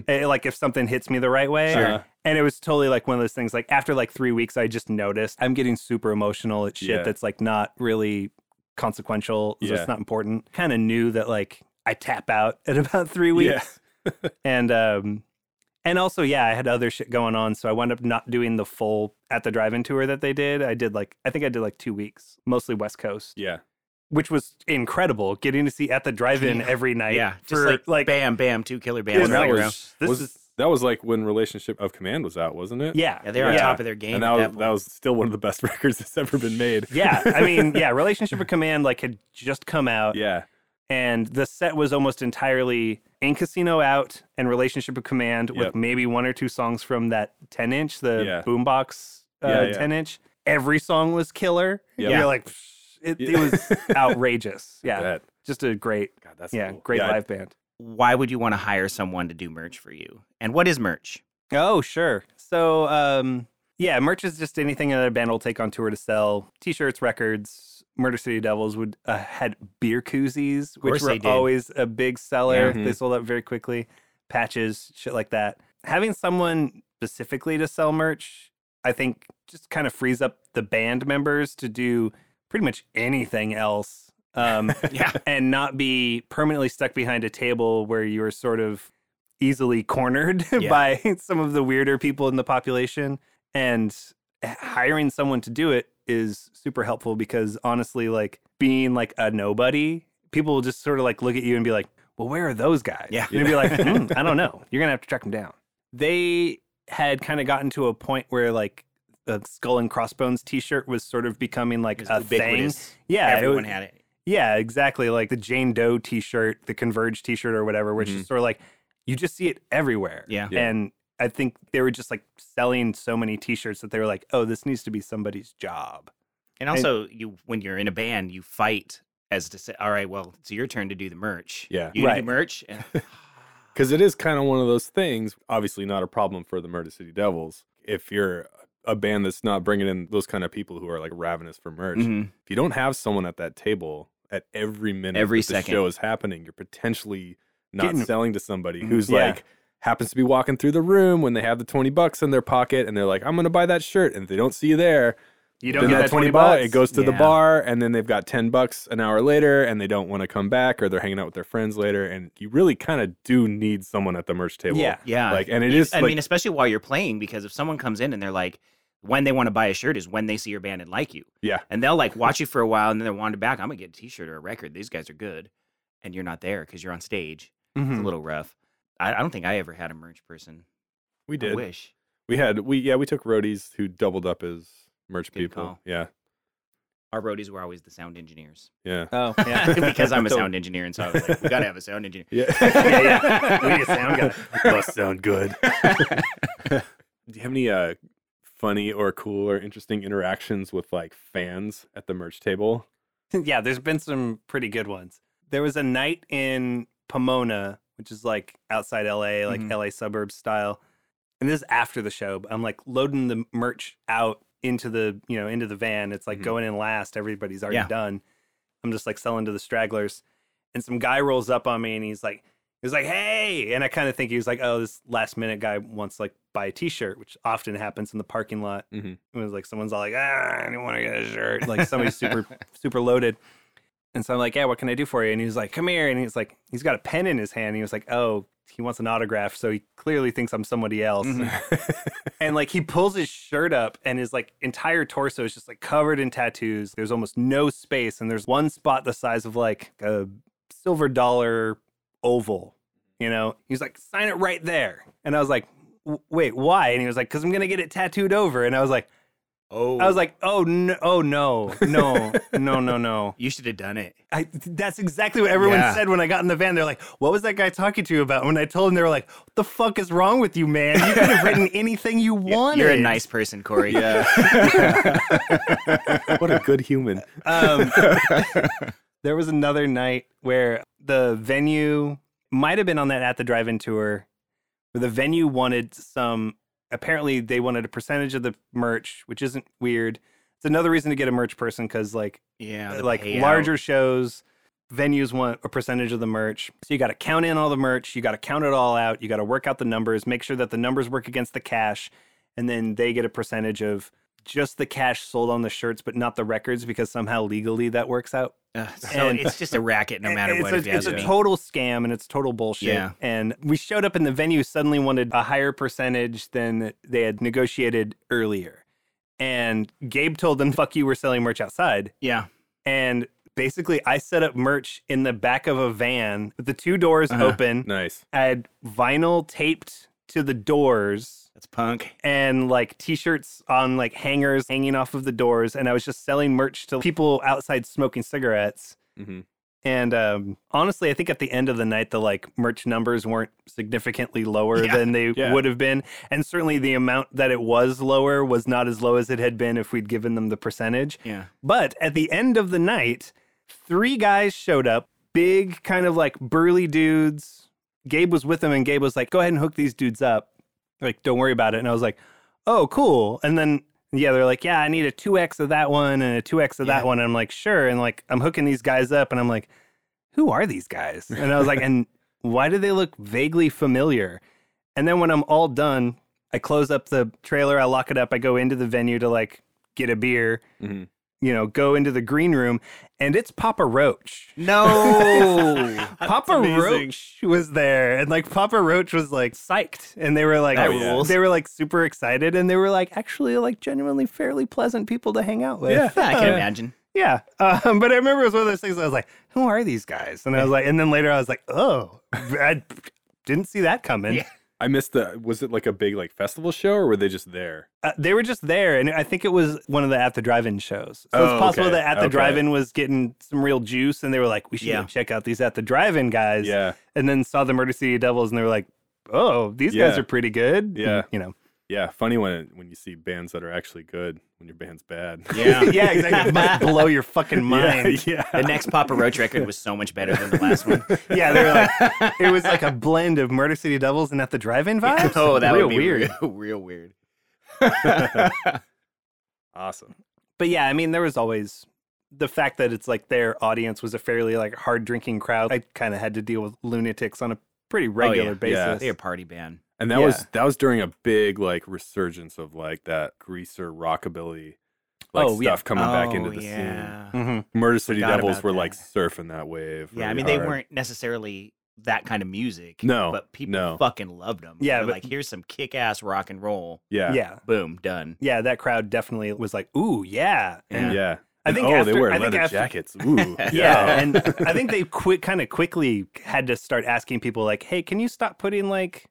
Speaker 5: eh, like if something hits me the right way
Speaker 2: Sure. Uh-huh.
Speaker 5: and it was totally like one of those things like after like three weeks i just noticed i'm getting super emotional at shit
Speaker 2: Yeah.
Speaker 5: that's like not really consequential so
Speaker 2: Yeah.
Speaker 5: it's not important kind of knew that like i tap out at about three weeks and um and also yeah i had other shit going on so i wound up not doing the full at the drive-in tour that they did i did like i think i did like two weeks mostly west coast
Speaker 2: Yeah.
Speaker 5: which was incredible getting to see at the drive-in
Speaker 3: Yeah.
Speaker 5: every night
Speaker 3: yeah. Just
Speaker 5: for
Speaker 3: like, bam, bam, two killer
Speaker 5: Yeah,
Speaker 3: bands.
Speaker 5: that
Speaker 3: right
Speaker 5: was-
Speaker 3: around.
Speaker 5: this
Speaker 2: was,
Speaker 5: is
Speaker 2: that was like when Relationship of Command was out, wasn't it?
Speaker 5: yeah
Speaker 3: Yeah, they were on
Speaker 2: Yeah.
Speaker 3: top of their game.
Speaker 2: And that
Speaker 3: at
Speaker 2: was,
Speaker 3: that
Speaker 2: that was still one of the best records that's ever been made.
Speaker 5: yeah i mean yeah relationship of command like had just come out
Speaker 2: Yeah.
Speaker 5: and the set was almost entirely in casino out and relationship of command
Speaker 2: Yep.
Speaker 5: with maybe one or two songs from that 10 inch the
Speaker 2: Yeah.
Speaker 5: boombox uh,
Speaker 2: Yeah, yeah.
Speaker 5: 10 inch every song was killer
Speaker 2: Yep.
Speaker 5: you're like "Psh," it, it was outrageous yeah
Speaker 2: That-
Speaker 5: just a great
Speaker 2: God, that's
Speaker 5: yeah
Speaker 2: cool.
Speaker 5: great
Speaker 2: Yeah, I-
Speaker 5: live band
Speaker 3: why would you want to hire someone to do merch for you? And what is merch?
Speaker 5: Oh, sure. So, um, yeah, merch is just anything another band will take on tour to sell. T-shirts, records. Murder City Devils would uh, had beer koozies, which
Speaker 3: course
Speaker 5: were
Speaker 3: they did. Mm-hmm.
Speaker 5: always a big seller.
Speaker 2: Yeah.
Speaker 5: They sold out very quickly. Patches, shit like that. Having someone specifically to sell merch, I think, just kind of frees up the band members to do pretty much anything else. Um,
Speaker 3: Yeah.
Speaker 5: and not be permanently stuck behind a table where you're sort of easily cornered
Speaker 3: Yeah.
Speaker 5: by some of the weirder people in the population. And hiring someone to do it is super helpful because honestly, like being like a nobody, people will just sort of like look at you and be like, well, where are those guys?
Speaker 3: Yeah.
Speaker 5: And you'll be like, "Hmm, I don't know. You're going to have to track them down. They had kind of gotten to a point where like the Skull and Crossbones t shirt was sort of becoming like
Speaker 3: It's
Speaker 5: a thing.
Speaker 3: ubiquitous.
Speaker 5: Yeah. it
Speaker 3: Everyone
Speaker 5: was-
Speaker 3: had it.
Speaker 5: yeah, exactly. Like the Jane Doe t shirt, the Converge t shirt, or whatever, which is sort of like you just see it everywhere.
Speaker 3: Mm-hmm. Yeah.
Speaker 2: Yeah.
Speaker 5: And I think they were just like selling so many t shirts that they were like, oh, this needs to be somebody's job.
Speaker 3: And also, you when you're in a band, you fight as to say, all right, well, it's your turn to do the merch.
Speaker 2: Yeah.
Speaker 3: You gonna
Speaker 5: Right.
Speaker 3: do merch. And-
Speaker 2: Because it is kind of one of those things, obviously not a problem for the Murder City Devils. If you're a band that's not bringing in those kind of people who are like ravenous for merch,
Speaker 3: Mhm.
Speaker 2: if you don't have someone at that table, at every minute
Speaker 4: Every
Speaker 2: that the
Speaker 4: second.
Speaker 2: show is happening. You're potentially not
Speaker 5: Getting-
Speaker 2: selling to somebody who's
Speaker 5: Yeah.
Speaker 2: like happens to be walking through the room when they have the 20 bucks in their pocket and they're like, I'm gonna buy that shirt. And if they don't see you there,
Speaker 5: You don't
Speaker 2: then
Speaker 5: get
Speaker 2: that,
Speaker 5: that
Speaker 2: 20
Speaker 5: twenty
Speaker 2: bucks,
Speaker 5: bucks.
Speaker 2: it goes to the
Speaker 3: Yeah.
Speaker 2: bar and then they've got 10 bucks an hour later and they don't want to come back or they're hanging out with their friends later and you really kind of do need someone at the merch table
Speaker 5: Yeah.
Speaker 3: Yeah.
Speaker 2: like and it is
Speaker 3: I
Speaker 2: like,
Speaker 3: mean, especially while you're playing, because if someone comes in and they're like, when they want to buy a shirt is when they see your band and like you.
Speaker 2: Yeah.
Speaker 3: And they'll like watch you for a while and then they'll wander back. I'm going to get a t shirt or a record. These guys are good. And you're not there because you're on stage. It's a
Speaker 5: Mhm.
Speaker 3: little rough. I, I don't think I ever had a merch person.
Speaker 2: we
Speaker 3: I
Speaker 2: did
Speaker 3: wish.
Speaker 2: we had we yeah we took roadies who doubled up as merch
Speaker 3: Good
Speaker 2: people
Speaker 3: call.
Speaker 2: yeah
Speaker 3: Our roadies were always the sound engineers.
Speaker 2: yeah
Speaker 5: Oh, yeah.
Speaker 3: because I'm a sound engineer. And so I was like, we got to have a sound engineer.
Speaker 2: yeah
Speaker 3: yeah.
Speaker 5: We need a sound guy.
Speaker 3: Must sound good.
Speaker 2: do you have any uh funny or cool or interesting interactions with like fans at the merch table
Speaker 5: yeah, there's been some pretty good ones. There was a night in Pomona, which is like outside LA, like
Speaker 3: Mhm.
Speaker 5: LA suburb style. And this is after the show, but I'm like loading the merch out into the, you know, into the van. It's like
Speaker 2: Mhm.
Speaker 5: going in last. Everybody's already
Speaker 3: Yeah.
Speaker 5: done. I'm just like selling to the stragglers. And some guy rolls up on me and he's like, he was like, hey. And I kind of think he was like, oh, this last minute guy wants to, like buy a t-shirt, which often happens in the parking lot.
Speaker 2: Mhm.
Speaker 5: It was like someone's all like, ah, I don't want to get a shirt. Like somebody's super, super loaded. And so I'm like, yeah, what can I do for you? And he was like, come here. And he's like, he's got a pen in his hand. he was like, oh, he wants an autograph. So he clearly thinks I'm somebody else. and like he pulls his shirt up and his like entire torso is just like covered in tattoos. There's almost no space. And there's one spot the size of like a silver dollar oval, you know? He's like, sign it right there. And I was like, "W- wait, why? And he was like, because I'm going to get it tattooed over. And I was like,
Speaker 3: Oh.
Speaker 5: I was like, oh no, oh no, no, no, no, no.
Speaker 3: you should have done it.
Speaker 5: I, that's exactly what everyone
Speaker 3: Yeah.
Speaker 5: said when I got in the van. They're like, "What was that guy talking to you about?" When I told them, they were like, "What the fuck is wrong with you, man? You could have written anything you wanted."
Speaker 3: You're a nice person, Corey.
Speaker 2: yeah what a good human
Speaker 5: Um, there was another night where the venue might have been on that at the drive-in tour, where the venue wanted some. Apparently, they wanted a percentage of the merch, which isn't weird. It's another reason to get a merch person because, like,
Speaker 3: Yeah.
Speaker 5: Uh,
Speaker 3: the
Speaker 5: like
Speaker 3: payout.
Speaker 5: larger shows venues want a percentage of the merch so you got to count in all the merch you got to count it all out you got to work out the numbers make sure that the numbers work against the cash and then they get a percentage of just the cash sold on the shirts but not the records because somehow legally that works out
Speaker 3: Uh, so
Speaker 5: And-
Speaker 3: it's just a racket, no matter
Speaker 5: it's
Speaker 3: what.
Speaker 5: a,
Speaker 3: if you
Speaker 5: it's
Speaker 3: ask
Speaker 5: a
Speaker 3: me.
Speaker 5: total scam and it's total bullshit
Speaker 3: Yeah.
Speaker 5: and we showed up in the venue suddenly wanted a higher percentage than they had negotiated earlier and gabe told them fuck you we're selling merch outside
Speaker 3: yeah.
Speaker 5: and basically I set up merch in the back of a van with the two doors
Speaker 3: Uh-huh.
Speaker 5: open.
Speaker 2: nice
Speaker 5: I had vinyl taped to the doors
Speaker 3: That's punk.
Speaker 5: and like t-shirts on like hangers hanging off of the doors and I was just selling merch to people outside smoking cigarettes.
Speaker 2: mm-hmm.
Speaker 5: And um, honestly, I think at the end of the night, the like merch numbers weren't significantly lower
Speaker 3: Yeah.
Speaker 5: than they
Speaker 2: Yeah.
Speaker 5: would have been, and certainly the amount that it was lower was not as low as it had been if we'd given them the percentage.
Speaker 3: Yeah.
Speaker 5: But at the end of the night, three guys showed up, big, kind of like burly dudes. Gabe was with them, and Gabe was like, go ahead and hook these dudes up. Like, don't worry about it. And I was like, oh, cool. And then, yeah, they're like, yeah, I need a 2X of that one and a 2X of
Speaker 3: Yeah.
Speaker 5: that one. And I'm like, sure. And like, I'm hooking these guys up, and I'm like, who are these guys? And I was like, and why do they look vaguely familiar? And then when I'm all done, I close up the trailer, I lock it up, I go into the venue to like get a beer
Speaker 3: Mm-hmm.
Speaker 5: you know, go into the green room, and it's Papa Roach.
Speaker 3: No.
Speaker 5: Papa Roach was there, and like Papa Roach was like psyched, and they were like,
Speaker 3: That rules.
Speaker 5: they were like super excited, and they were like actually like genuinely fairly pleasant people to hang out with. Yeah,
Speaker 3: I
Speaker 2: Uh,
Speaker 3: can imagine.
Speaker 5: yeah. Um, but I remember it was one of those things. I was like, who are these guys? And I was like, and then later I was like, oh, I didn't see that coming.
Speaker 3: Yeah.
Speaker 2: I missed the. Was it like a big like festival show, or were they just there?
Speaker 5: Uh, they were just there, and I think it was one of the at the drive-in shows. So
Speaker 2: Oh,
Speaker 5: it's possible
Speaker 2: okay,
Speaker 5: that at the
Speaker 2: okay.
Speaker 5: drive-in was getting some real juice, and they were like, "We should
Speaker 3: Yeah.
Speaker 5: go check out these at the drive-in guys."
Speaker 2: Yeah,
Speaker 5: And then saw the Murder City Devils, and they were like, "Oh, these guys
Speaker 2: Yeah.
Speaker 5: are pretty good."
Speaker 2: Yeah.
Speaker 5: you know.
Speaker 2: yeah. Funny when it, when you see bands that are actually good when your band's bad.
Speaker 3: Yeah.
Speaker 5: yeah, exactly. It must blow your fucking mind.
Speaker 2: yeah.
Speaker 3: The next Papa Roach record was so much better than the last one.
Speaker 5: Yeah, they were like, it was like a blend of Murder City Devils and at the drive-in vibes.
Speaker 3: oh, that
Speaker 5: real
Speaker 3: would be
Speaker 5: weird.
Speaker 3: Real, real weird.
Speaker 2: Awesome.
Speaker 5: But yeah, I mean, there was always the fact that it's like their audience was a fairly like hard drinking crowd. I kind of had to deal with lunatics on a pretty regular
Speaker 2: Oh, Yeah.
Speaker 5: basis.
Speaker 3: They're a party band.
Speaker 2: And that
Speaker 5: Yeah.
Speaker 2: was that was during a big like resurgence of like that greaser rockabilly like
Speaker 5: Oh,
Speaker 2: stuff
Speaker 5: yeah.
Speaker 2: coming back into the scene.
Speaker 3: Oh, yeah.
Speaker 5: Mhm.
Speaker 2: Murder City
Speaker 3: Forgot
Speaker 2: Devils
Speaker 3: about
Speaker 2: were
Speaker 3: that.
Speaker 2: like surfing that wave.
Speaker 3: Yeah, I
Speaker 2: really
Speaker 3: mean, they
Speaker 2: hard.
Speaker 3: weren't necessarily that kind of music.
Speaker 2: No,
Speaker 3: But people
Speaker 2: no.
Speaker 3: fucking loved them.
Speaker 5: Yeah, but-
Speaker 3: like, here's some kick ass rock and roll.
Speaker 2: Yeah.
Speaker 5: Yeah.
Speaker 3: Boom, done.
Speaker 5: Yeah, that crowd definitely was like, ooh, yeah.
Speaker 2: Yeah.
Speaker 5: And I
Speaker 2: And,
Speaker 5: think
Speaker 2: oh, they
Speaker 5: after-
Speaker 2: wear
Speaker 5: I think
Speaker 2: leather
Speaker 5: after-
Speaker 2: jackets. Ooh.
Speaker 5: Yeah. and I think they quit kind of quickly had to start asking people like, hey, can you stop putting like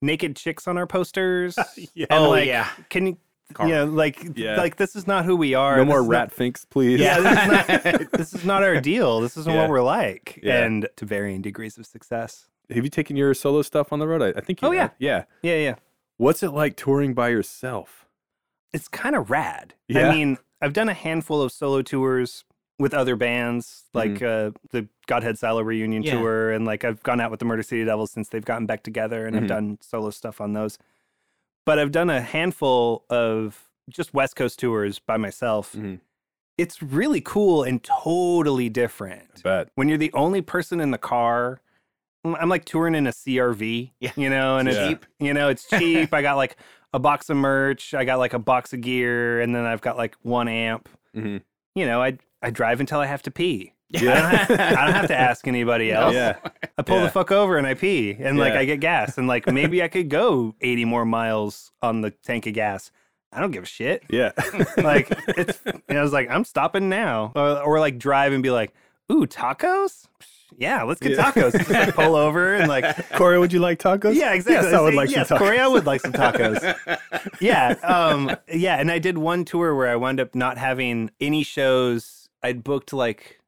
Speaker 5: naked chicks on our posters?
Speaker 2: Yeah.
Speaker 5: And,
Speaker 3: Oh,
Speaker 5: like,
Speaker 3: yeah.
Speaker 5: Can you
Speaker 3: Carl.
Speaker 5: yeah, like
Speaker 2: Yeah.
Speaker 5: like this is not who we are.
Speaker 2: No
Speaker 5: This
Speaker 2: more
Speaker 5: is
Speaker 2: rat finks, please.
Speaker 5: Not, yeah, this is, not, this is not our deal. This isn't
Speaker 2: Yeah.
Speaker 5: what we're like.
Speaker 2: Yeah.
Speaker 5: And to varying degrees of success.
Speaker 2: Have you taken your solo stuff on the road? I, I think you
Speaker 5: Oh, yeah.
Speaker 2: have. Yeah.
Speaker 5: Yeah, yeah.
Speaker 2: What's it like touring by yourself?
Speaker 5: it's kind of rad.
Speaker 2: Yeah.
Speaker 5: I mean, I've done a handful of solo tours with other bands, like uh, the Godhead Silo reunion
Speaker 3: Yeah.
Speaker 5: tour, and like I've gone out with the Murder City Devils since they've gotten back together, and
Speaker 2: Mhm.
Speaker 5: I've done solo stuff on those. But I've done a handful of just West Coast tours by myself.
Speaker 2: Mhm.
Speaker 5: It's really cool and totally different
Speaker 2: Bet.
Speaker 5: when you're the only person in the car I'm- i'm like touring in a crv
Speaker 3: Yeah.
Speaker 5: you know and it's
Speaker 2: Cheap.
Speaker 5: you know it's cheap i got like a box of merch i got like a box of gear and then i've got like one amp
Speaker 2: Mhm.
Speaker 5: you know i i drive until i have to pee I, don't have, I don't have to ask anybody else
Speaker 2: Yeah.
Speaker 5: i pull
Speaker 2: Yeah.
Speaker 5: the fuck over and i pee and like
Speaker 2: Yeah.
Speaker 5: i get gas and like maybe i could go 80 more miles on the tank of gas i don't give a shit
Speaker 2: Yeah.
Speaker 5: like it's and I was like, I'm stopping now. Or, or like drive and be like, ooh, tacos? Yeah, let's get
Speaker 2: Yeah.
Speaker 5: tacos. Just, like, pull over and like
Speaker 2: Corey, would you like tacos?
Speaker 5: Yeah, exactly.
Speaker 2: Yes, I would
Speaker 5: Say,
Speaker 2: like
Speaker 5: yes,
Speaker 2: some tacos.
Speaker 5: Corey, I would like some tacos. yeah. Um yeah, and I did one tour where I wound up not having any shows. I'd booked like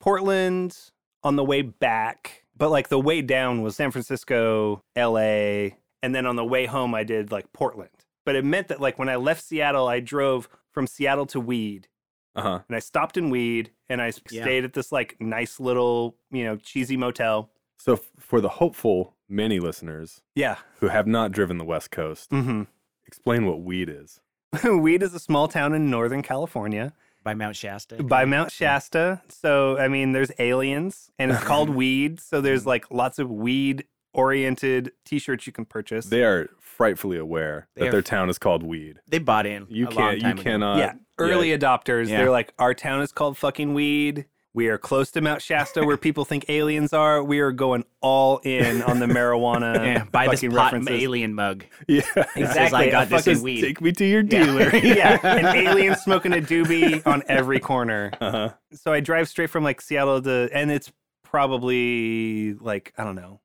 Speaker 5: Portland on the way back, but like the way down was San Francisco, LA, and then on the way home I did like Portland. But it meant that like when I left Seattle, I drove from Seattle to Weed
Speaker 2: Uh huh.
Speaker 5: and I stopped in Weed and I
Speaker 3: Yeah.
Speaker 5: stayed at this like nice little, you know, cheesy motel.
Speaker 2: So, f- for the hopeful many listeners
Speaker 5: Yeah.
Speaker 2: who have not driven the West Coast,
Speaker 5: Mm-hmm.
Speaker 2: explain what weed is.
Speaker 5: Weed is a small town in Northern California
Speaker 3: By Mount Shasta.
Speaker 5: by Mount Shasta. So, I mean, there's aliens and it's called Weed. So, there's like lots of weed oriented t shirts you can purchase.
Speaker 2: They are frightfully aware
Speaker 3: They
Speaker 2: that
Speaker 3: are-
Speaker 2: their town is called Weed.
Speaker 3: They bought in.
Speaker 2: You
Speaker 3: a long
Speaker 2: can't. You
Speaker 3: time ago.
Speaker 2: cannot.
Speaker 5: yeah. Early adopters.
Speaker 3: uh, Yeah.
Speaker 5: They're like, our town is called fucking Weed. We are close to Mount Shasta where people think aliens are. We are going all in on the marijuana.
Speaker 3: Yeah, buy this
Speaker 5: fucking
Speaker 3: pot
Speaker 5: references.
Speaker 3: alien mug.
Speaker 2: Yeah.
Speaker 3: It says,
Speaker 5: Exactly,
Speaker 3: I
Speaker 5: a
Speaker 3: got this in
Speaker 5: fucking
Speaker 3: weed.
Speaker 2: Take me to your dealer.
Speaker 5: yeah, an alien smoking a doobie on every corner.
Speaker 2: Uh huh.
Speaker 5: So I drive straight from like Seattle to, and it's probably like I don't know,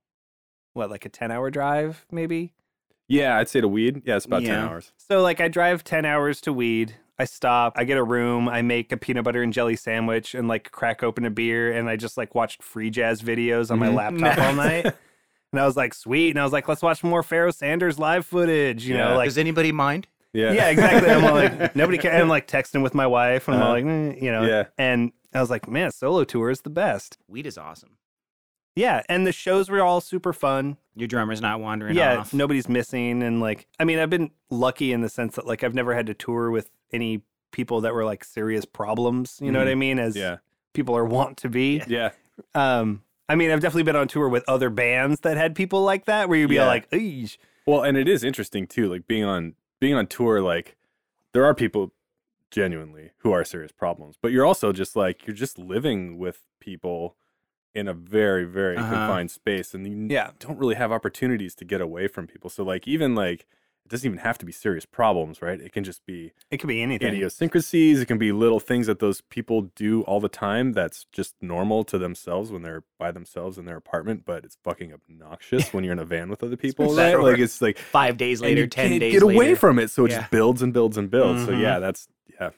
Speaker 5: what like a ten hour drive maybe.
Speaker 2: Yeah, I'd say to weed. Yeah, it's about ten
Speaker 3: Yeah.
Speaker 2: hours.
Speaker 5: So like I drive ten hours to Weed. I stop. I get a room. I make a peanut butter and jelly sandwich and like crack open a beer. And I just like watched free jazz videos on my
Speaker 2: Mhm.
Speaker 5: laptop all night. And I was like, sweet. And I was like, let's watch more Pharaoh Sanders live footage. You
Speaker 2: Yeah.
Speaker 5: know, like
Speaker 3: Does anybody mind?
Speaker 2: Yeah.
Speaker 5: Yeah, exactly. I'm all like, nobody cares. I'm like texting with my wife, and I'm all
Speaker 2: Uh-huh.
Speaker 5: like, mm, you know,
Speaker 2: Yeah.
Speaker 5: and I was like, man, solo tour is the best.
Speaker 3: Weed is awesome.
Speaker 5: Yeah, and the shows were all super fun.
Speaker 3: Your drummer's not wandering
Speaker 5: yeah,
Speaker 3: off.
Speaker 5: nobody's missing, and like, I mean, I've been lucky in the sense that like I've never had to tour with any people that were like serious problems. You know what I mean? As
Speaker 2: Mm, Yeah.
Speaker 5: people are wont to be.
Speaker 2: Yeah.
Speaker 5: Um, I mean, I've definitely been on tour with other bands that had people like that, where you'd be
Speaker 2: Yeah.
Speaker 5: like, "Eesh."
Speaker 2: Well, and it is interesting too, like being on being on tour, like there are people genuinely who are serious problems, but you're also just like you're just living with people in a very, very
Speaker 3: Uh-huh.
Speaker 2: confined space and you n-
Speaker 5: Yeah.
Speaker 2: don't really have opportunities to get away from people. So like even like it doesn't even have to be serious problems, right? It can just be
Speaker 5: it could be anything.
Speaker 2: idiosyncrasies, it can be little things that those people do all the time that's just normal to themselves when they're by themselves in their apartment, but it's fucking obnoxious when you're in a van with other people, right?
Speaker 3: Sure.
Speaker 2: Like it's like
Speaker 3: Five days
Speaker 2: and
Speaker 3: later,
Speaker 2: you
Speaker 3: ten
Speaker 2: can't
Speaker 3: days
Speaker 2: get away
Speaker 3: later.
Speaker 2: from it so it
Speaker 3: Yeah. Mm-hmm.
Speaker 2: just builds and builds and builds so
Speaker 5: Mhm.
Speaker 2: yeah that's yeah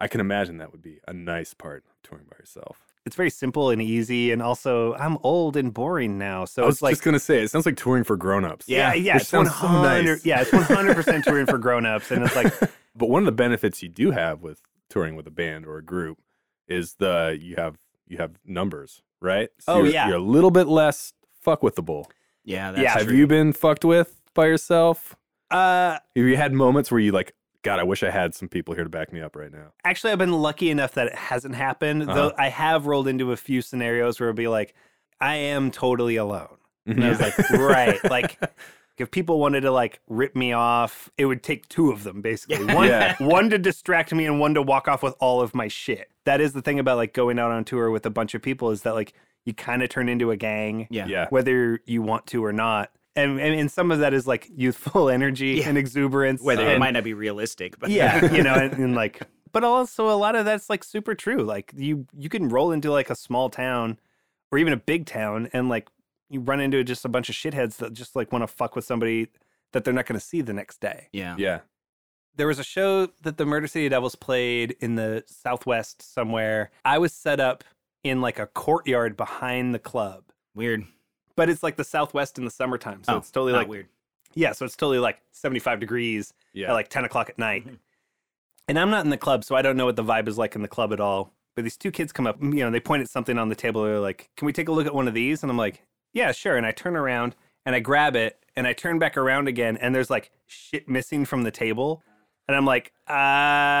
Speaker 2: i can imagine that would be a nice part of touring by yourself
Speaker 5: It's very simple and easy, and also I'm old and boring now, so
Speaker 2: i was
Speaker 5: it's like
Speaker 2: just gonna say it sounds like touring for grown-ups
Speaker 5: Yeah, yeah,
Speaker 2: which
Speaker 5: it's one
Speaker 2: sounds so nice.
Speaker 5: hundred. Yeah, it's one hundred percent touring for grown-ups, and it's like,
Speaker 2: but one of the benefits you do have with touring with a band or a group is the you have you have numbers right so
Speaker 5: Oh,
Speaker 2: you're,
Speaker 5: yeah.
Speaker 2: you're a little bit less fuck with the bull
Speaker 3: Yeah, that's
Speaker 5: Yeah.
Speaker 2: have
Speaker 3: true.
Speaker 2: you been fucked with by yourself
Speaker 5: uh,
Speaker 2: have you had moments where you like God, I wish I had some people here to back me up right now.
Speaker 5: Actually, I've been lucky enough that it hasn't happened, though I have rolled into a few scenarios where it'll be like, I am totally alone. And I was like, right. Like, if people wanted to like rip me off, it would take two of them basically. One,
Speaker 2: Yeah.
Speaker 5: one to distract me and one to walk off with all of my shit. That is the thing about like going out on tour with a bunch of people is that like you kind of turn into a gang.
Speaker 3: Yeah.
Speaker 2: Yeah.
Speaker 5: whether you want to or not. And, and, and some of that is like youthful energy and exuberance.
Speaker 3: Whether it
Speaker 5: and-
Speaker 3: might not be realistic, but
Speaker 5: yeah, you know, and, and like, but also a lot of that's like super true. Like you, you can roll into like a small town or even a big town and like you run into just a bunch of shitheads that just like want to fuck with somebody that they're not going to see the next day.
Speaker 3: yeah.
Speaker 2: Yeah.
Speaker 5: There was a show that the Murder City Devils played in the Southwest somewhere. I was set up in like a courtyard behind the club.
Speaker 3: Weird.
Speaker 5: But it's like the Southwest in the summertime, so
Speaker 3: Oh,
Speaker 5: it's totally
Speaker 3: not
Speaker 5: like
Speaker 3: weird.
Speaker 5: yeah, so it's totally like 75 degrees
Speaker 2: Yeah.
Speaker 5: at like 10 o'clock at night. And I'm not in the club, so I don't know what the vibe is like in the club at all. But these two kids come up, you know, they point at something on the table. They're like, Can we take a look at one of these? And I'm like, Yeah, sure. And I turn around and I grab it and I turn back around again and there's like shit missing from the table. And I'm like,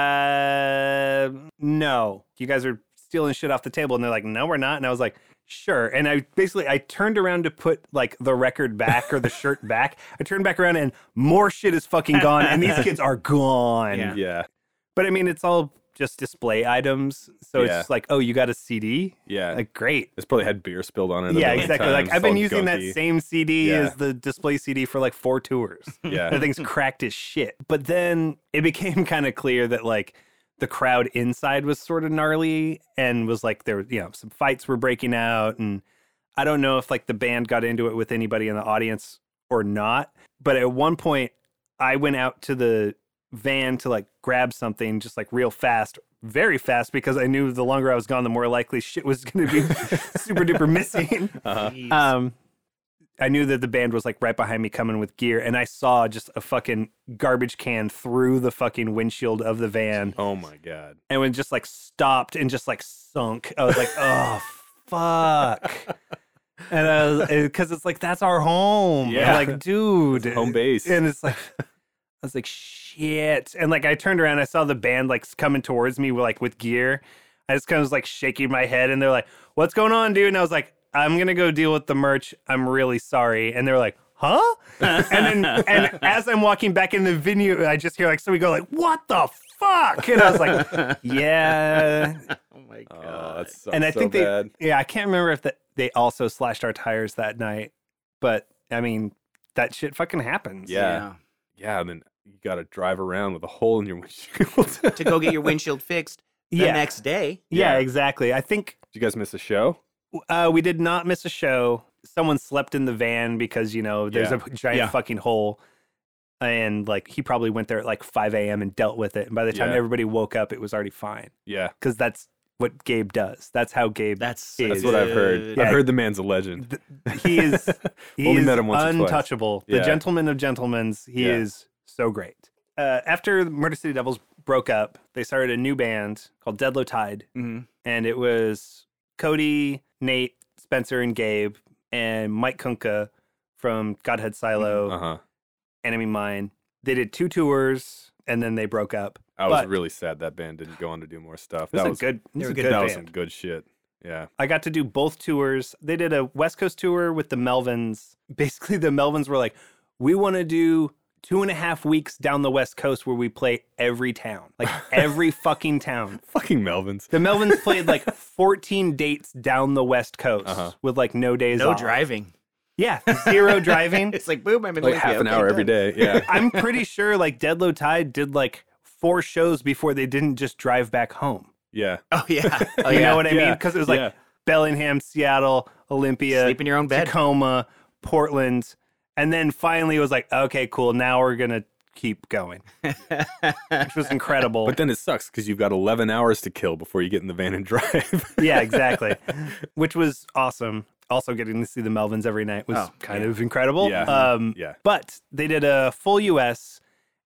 Speaker 5: Uh, no, you guys are stealing shit off the table. And they're like, No, we're not. And I was like, Sure. And I basically I turned around to put like the record back or the shirt back. I turned back around and more shit is fucking gone. And these kids are gone.
Speaker 3: Yeah.
Speaker 2: Yeah.
Speaker 5: But I mean, it's all just display items. So it's
Speaker 2: Yeah.
Speaker 5: just like, oh, you got a CD?
Speaker 2: Yeah.
Speaker 5: Like, great.
Speaker 2: it's probably had beer spilled on it. a
Speaker 5: Yeah,
Speaker 2: million
Speaker 5: exactly.
Speaker 2: times.
Speaker 5: Like,
Speaker 2: It's
Speaker 5: I've been
Speaker 2: all
Speaker 5: using
Speaker 2: gunky.
Speaker 5: that same CD
Speaker 2: Yeah.
Speaker 5: as the display CD for like four tours.
Speaker 2: Yeah.
Speaker 5: That thing's cracked as shit. But then it became kind of clear that like the crowd inside was sort of gnarly and was like, there, you know, some fights were breaking out. And I don't know if like the band got into it with anybody in the audience or not. But at one point, I went out to the van to like grab something just like real fast, very fast, because I knew the longer I was gone, the more likely shit was going to be super duper missing.
Speaker 3: Jeez.
Speaker 5: Um, I knew that the band was like right behind me coming with gear, and I saw just a fucking garbage can through the fucking windshield of the van
Speaker 2: Oh my god.
Speaker 5: and when it just like stopped and just like sunk. I was like, oh fuck. And I was because it's like that's our home.
Speaker 2: Yeah.
Speaker 5: I'm like, dude,
Speaker 2: home base.
Speaker 5: And it's like I was like, shit. And like I turned around, I saw the band like coming towards me with like with gear. I just kind of was like shaking my head and they're like, What's going on, dude? And I was like, I'm gonna go deal with the merch. I'm really sorry. And they're like, Huh? and then and as I'm walking back in the venue, I just hear like somebody go like, What the fuck? And I was like, Yeah.
Speaker 3: oh my god.
Speaker 2: Oh, that's
Speaker 5: and I
Speaker 2: so
Speaker 5: think
Speaker 2: bad.
Speaker 5: they Yeah, I can't remember if that they also slashed our tires that night. But I mean, that shit fucking happens.
Speaker 2: Yeah. yeah, and then you got to drive around with a hole in your windshield. Did
Speaker 3: to go get your windshield fixed the
Speaker 5: Yeah.
Speaker 3: next day.
Speaker 5: Yeah,
Speaker 2: Yeah.
Speaker 5: exactly. I think
Speaker 2: you guys miss a show?
Speaker 5: uh, we did not miss a show. Someone slept in the van because you know there's
Speaker 2: Yeah.
Speaker 5: a giant
Speaker 2: Yeah.
Speaker 5: fucking hole, and like he probably went there at like 5 a.m. and dealt with it. And by the time
Speaker 2: Yeah.
Speaker 5: everybody woke up, it was already fine
Speaker 2: Yeah,
Speaker 5: because that's what Gabe does. That's how Gabe.
Speaker 3: That's
Speaker 2: that's
Speaker 5: Is-
Speaker 2: what I've heard.
Speaker 3: Yeah.
Speaker 2: I've heard the man's a legend.
Speaker 5: he is. He
Speaker 2: Only
Speaker 5: is
Speaker 2: met him once or twice.
Speaker 5: untouchable. The
Speaker 2: Yeah.
Speaker 5: gentleman of gentlemen's. He
Speaker 2: Yeah.
Speaker 5: is so great. Uh, after the Murder City Devils broke up, they started a new band called Deadlow Tide.
Speaker 3: Mhm.
Speaker 5: and it was Cody, Nate, Spencer, and Gabe, and Mike Kunkka from Godhead Silo,
Speaker 2: Uh huh.
Speaker 5: Enemy Mine. They did two tours and then they broke up.
Speaker 2: I was
Speaker 5: But-
Speaker 2: really sad that band didn't go on to do more stuff.
Speaker 5: It was
Speaker 2: that
Speaker 5: a
Speaker 2: was
Speaker 5: good, it was
Speaker 3: were
Speaker 5: a
Speaker 3: good.
Speaker 5: good,
Speaker 2: that
Speaker 5: band.
Speaker 2: was some good shit. Yeah.
Speaker 5: I got to do both tours. They did a West Coast tour with the Melvins. Basically, the Melvins were like, we want to do two and a half weeks down the West Coast where we play every town, like every fucking town.
Speaker 2: Fucking Melvins.
Speaker 5: The Melvins played like 14 dates down the West Coast
Speaker 2: Uh-huh.
Speaker 5: with like no days
Speaker 3: No
Speaker 5: off.
Speaker 3: driving.
Speaker 5: Yeah, zero driving.
Speaker 3: It's like boom. I'm in
Speaker 2: Like
Speaker 3: Olympia.
Speaker 2: half an
Speaker 3: Okay,
Speaker 2: hour every
Speaker 3: done.
Speaker 2: day. Yeah.
Speaker 5: I'm pretty sure like Deadlow Tide did like four shows before they didn't just drive back home.
Speaker 2: yeah.
Speaker 3: Oh yeah. Oh,
Speaker 5: You
Speaker 3: yeah.
Speaker 5: know what I mean?
Speaker 2: yeah,
Speaker 5: Because it was like
Speaker 2: yeah.
Speaker 5: Bellingham, Seattle, Olympia,
Speaker 3: Sleep in your own bed.
Speaker 5: Tacoma, Portland, and then finally it was like, okay, cool. Now we're gonna keep going, which was incredible.
Speaker 2: But then it sucks because you've got 11 hours to kill before you get in the van and drive.
Speaker 5: yeah, exactly. Which was awesome. Also, getting to see the Melvins every night was
Speaker 3: Oh,
Speaker 5: kind of incredible.
Speaker 2: Yeah.
Speaker 5: Um,
Speaker 2: Yeah.
Speaker 5: But they did a full US,